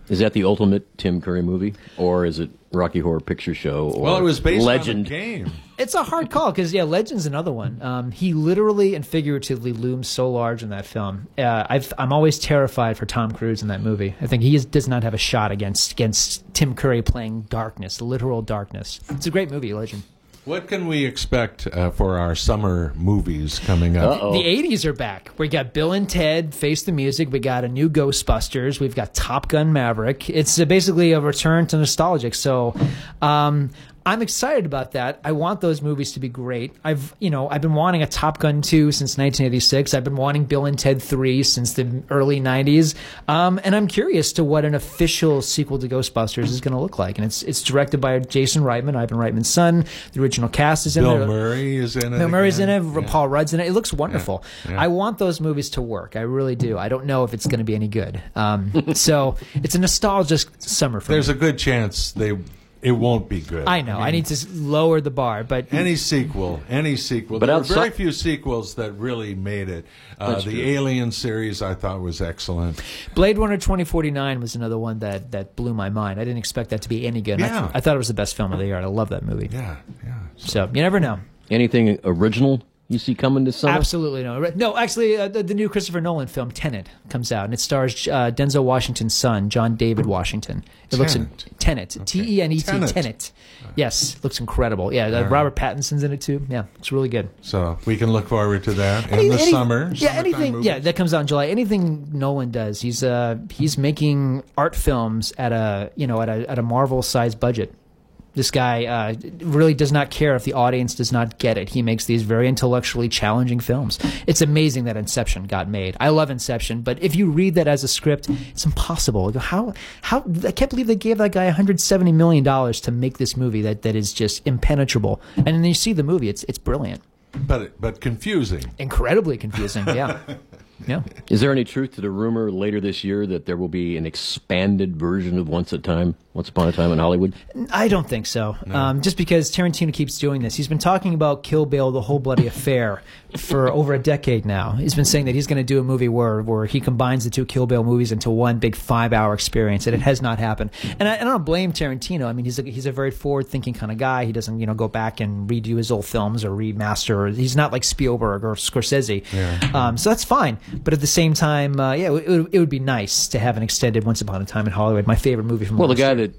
Is that the ultimate Tim Curry movie, or is it Rocky Horror Picture Show? Or
well, it was based on
Legend.
a game.
It's a hard call because yeah, Legend's another one. Um, he literally and figuratively looms so large in that film. Uh, I've, I'm always terrified for Tom Cruise in that movie. I think he is, does not have a shot against against Tim Curry playing darkness, literal darkness. It's a great movie, Legend.
What can we expect uh, for our summer movies coming up?
Uh-oh.
The 80s are back. We got Bill and Ted Face the Music. We got a new Ghostbusters. We've got Top Gun Maverick. It's uh, basically a return to nostalgic. So, um, I'm excited about that. I want those movies to be great. I've, you know, I've been wanting a Top Gun 2 since 1986. I've been wanting Bill and Ted 3 since the early 90s. Um, and I'm curious to what an official sequel to Ghostbusters is going to look like. And it's it's directed by Jason Reitman, Ivan Reitman's son. The original cast is in
Bill
there.
Murray is in it.
Bill Murray's in
again.
it. Paul Rudd's in it. It looks wonderful.
Yeah.
I want those movies to work. I really do. I don't know if it's going to be any good. Um, so it's a nostalgic summer for
There's Mm-hmm.
me.
a good chance they it won't be good.
I know. I need to s- lower the bar, but
Any sequel, any sequel.
But
there
outside-
were very few sequels that really made it. Uh,
That's
the
true.
Alien series I thought was excellent.
Blade Runner 2049 was another one that that blew my mind. I didn't expect that to be any good. And I th-
Yeah.
I, thought it was the best film of the year. and I love that movie.
Yeah, yeah. So,
So you never know.
Anything original you see coming this summer?
Absolutely no. No, actually, uh, the, the new Christopher Nolan film Tenet comes out, and it stars uh, Denzel Washington's son, John David Washington. It looks in Tenet, T E N E T,
Tenet.
Tenet. Yes, looks incredible. Yeah, uh, Robert Pattinson's in it too. Yeah, it's really good.
we can look forward to that in the
Any-
summer.
Yeah,
summertime
anything.
movies.
Yeah, that comes out in July. Anything Nolan does, he's uh he's making art films at a you know at a at a Marvel size budget. This guy uh, really does not care if the audience does not get it. He makes these very intellectually challenging films. It's amazing that Inception got made. I love Inception, but if you read that as a script, it's impossible. How how I can't believe they gave that guy 170 million dollars to make this movie that that is just impenetrable. And then you see the movie; it's it's brilliant,
but but confusing.
incredibly confusing. Yeah, yeah.
Is there any truth to the rumor later this year that there will be an expanded version of Once a Time, Once Upon a Time in Hollywood?
I don't think so. Um, just because Tarantino keeps doing this, he's been talking about Kill Bill: The Whole Bloody Affair for over a decade now. He's been saying that he's going to do a movie where where he combines the two Kill Bill movies into one big five hour experience, and it has not happened. And I, and I don't blame Tarantino. I mean, he's a, he's a very forward thinking kind of guy. He doesn't you know go back and redo his old films or remaster. He's not like Spielberg or Scorsese. Um, so that's fine. But at the same time, uh, yeah, it, would- it would be nice to have an extended Once Upon a Time in Hollywood. My favorite movie from
Well, the
last
guy that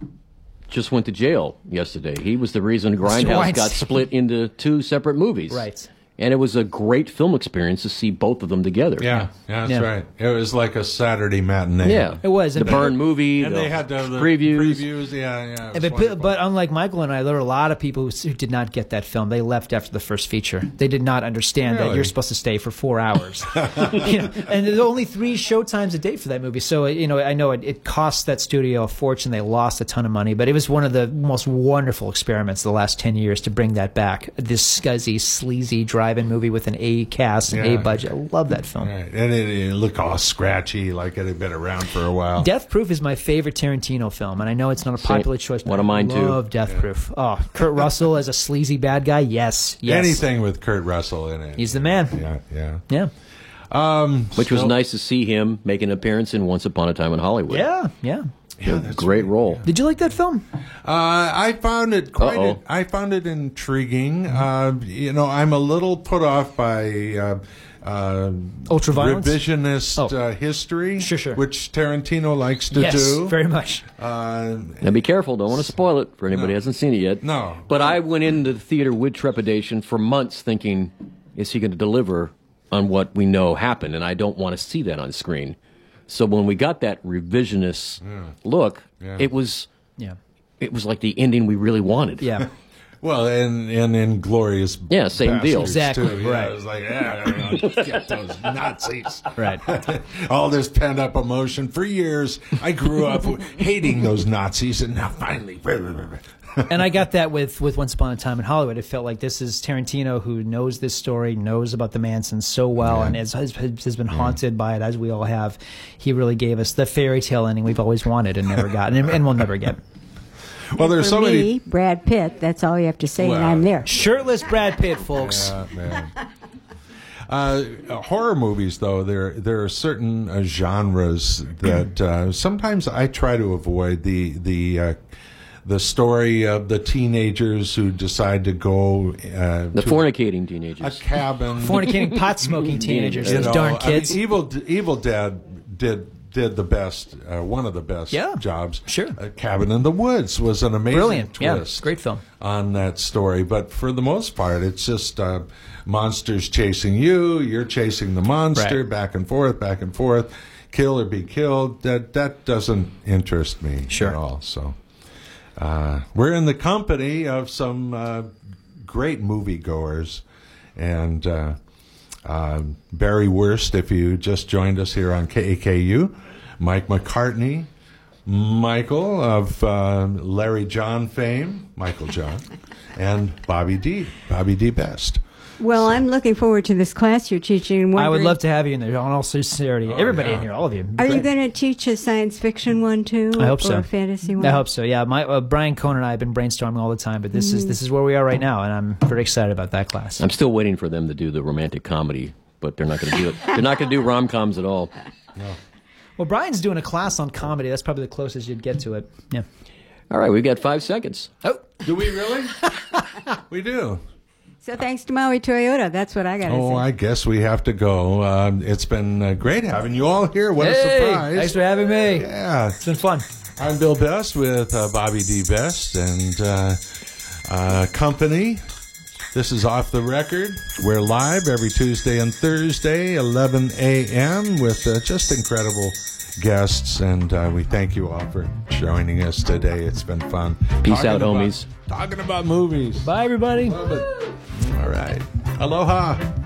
just went to jail yesterday, he was the reason Grindhouse got
Weinstein.
split into two separate movies.
Right.
and it was a great film experience to see both of them together.
Yeah, yeah, that's
Yeah.
right. It was like a Saturday matinee.
yeah,
It was,
the
and-
Burn movie.
and
the
they had the, the
previews.
previews. Yeah, yeah. it was
But,
wonderful.
but, but unlike Michael and I, there were a lot of people who, who did not get that film. They left after the first feature. They did not understand that
Really?
you're supposed to stay for four hours. you know, and there's only three showtimes a day for that movie. So, you know, I know it, it cost that studio a fortune. They lost a ton of money, but it was one of the most wonderful experiments the last 10 years to bring that back. This scuzzy, sleazy drive in movie with an A cast and
Yeah.
A budget. I love that film.
All right. and it, it looked all scratchy, like it had been around for a while.
Death Proof is my favorite Tarantino film, and I know it's not a popular choice. but
One of mine,
I
too.
Love Death Proof. Oh, Kurt Russell as a sleazy bad guy. Yes, yes.
Anything with Kurt Russell in it.
He's the man.
yeah, yeah.
Yeah,
which was nice to see him make an appearance in Once Upon a Time in Hollywood.
yeah, yeah.
great role.
Did you like that film?
Uh, I found it quite.
Uh-oh.
I found it intriguing. Uh, you know, I'm a little put off by uh, uh,
Ultraviolence?
revisionist
Oh.
uh, history,
Sure, sure.
which Tarantino likes to
yes,
do.
very much.
uh,
Now be careful. Don't want to spoil it for anybody who hasn't seen it yet.
No.
But I went into the theater with trepidation for months thinking, is he going to deliver on what we know happened? And I don't want to see that on screen. So when we got that revisionist look, it was
Yeah,
it was like the ending we really wanted.
yeah.
well, and and inglorious.
Yeah, same deal.
Exactly,
Too. Yeah,
right.
It was like, yeah, I don't know, get those Nazis.
Right.
All this pent up emotion for years. I grew up hating those Nazis, and now finally.
and I got that with with Once Upon a Time in Hollywood. It felt like this is Tarantino who knows this story, knows about the Manson so well, and has, has, has been haunted by it as we all have. He really gave us the fairy tale ending we've always wanted and never gotten, and, and we'll never get.
Well, there's
For
so
me,
many.
Brad Pitt. That's all you have to say, and
Wow.
I'm there.
Shirtless Brad Pitt, folks.
Uh, man. Uh, horror movies, though, there there are certain uh, genres that uh, sometimes I try to avoid the the uh, the story of the teenagers who decide to go uh,
The
to
fornicating
a
teenagers.
cabin.
fornicating, pot smoking teenagers.
You
Those
know,
darn
I mean,
kids.
Evil Evil Dead did did the best, uh, one of the best
Yeah,
jobs.
sure.
Uh, Cabin in the Woods was an amazing
Brilliant. Yeah,
twist.
great film.
on that story. But for the most part, it's just uh, monsters chasing you. You're chasing the monster
Right.
back and forth, back and forth. Kill or be killed. That that doesn't interest me
Sure.
at all. So uh, we're in the company of some uh, great moviegoers, and uh, uh, Barry Wurst, if you just joined us here on KAKU, Mike McCartney, Michael of uh, Larry John fame, Michael John, and Bobby D. Bobby D. Best.
Well, I'm looking forward to this class you're teaching. and
I would
wondering-
love to have you in there. On all sincerity, everybody
Oh, yeah.
in here, all of you.
Are you going to teach a science fiction one too?
I hope
or
so.
A fantasy one.
I hope so. Yeah, my uh, Brian Cohn and I have been brainstorming all the time, but this is this is where we are right now, and I'm very excited about that class.
I'm still waiting for them to do the romantic comedy, but they're not going to do it. They're not going to do rom coms at all.
Well, Brian's doing a class on comedy. That's probably the closest you'd get to it. Yeah.
All right, we've got five seconds.
Oh,
Do we really? we do.
So thanks to Maui Toyota. That's what I got to
Oh,
say.
I guess we have to go. Um, it's been uh, great having you all here. What a
hey,
surprise!
thanks for having me.
yeah.
It's been fun.
I'm Bill Best with uh, Bobby D. Best and uh, uh, Company. This is Off the Record. We're live every Tuesday and Thursday, 11 a.m., with uh, just incredible guests. And uh, we thank you all for joining us today. It's been fun.
Peace out,
about-
homies.
Talking about movies.
Bye, everybody.
Love it. All right. Aloha.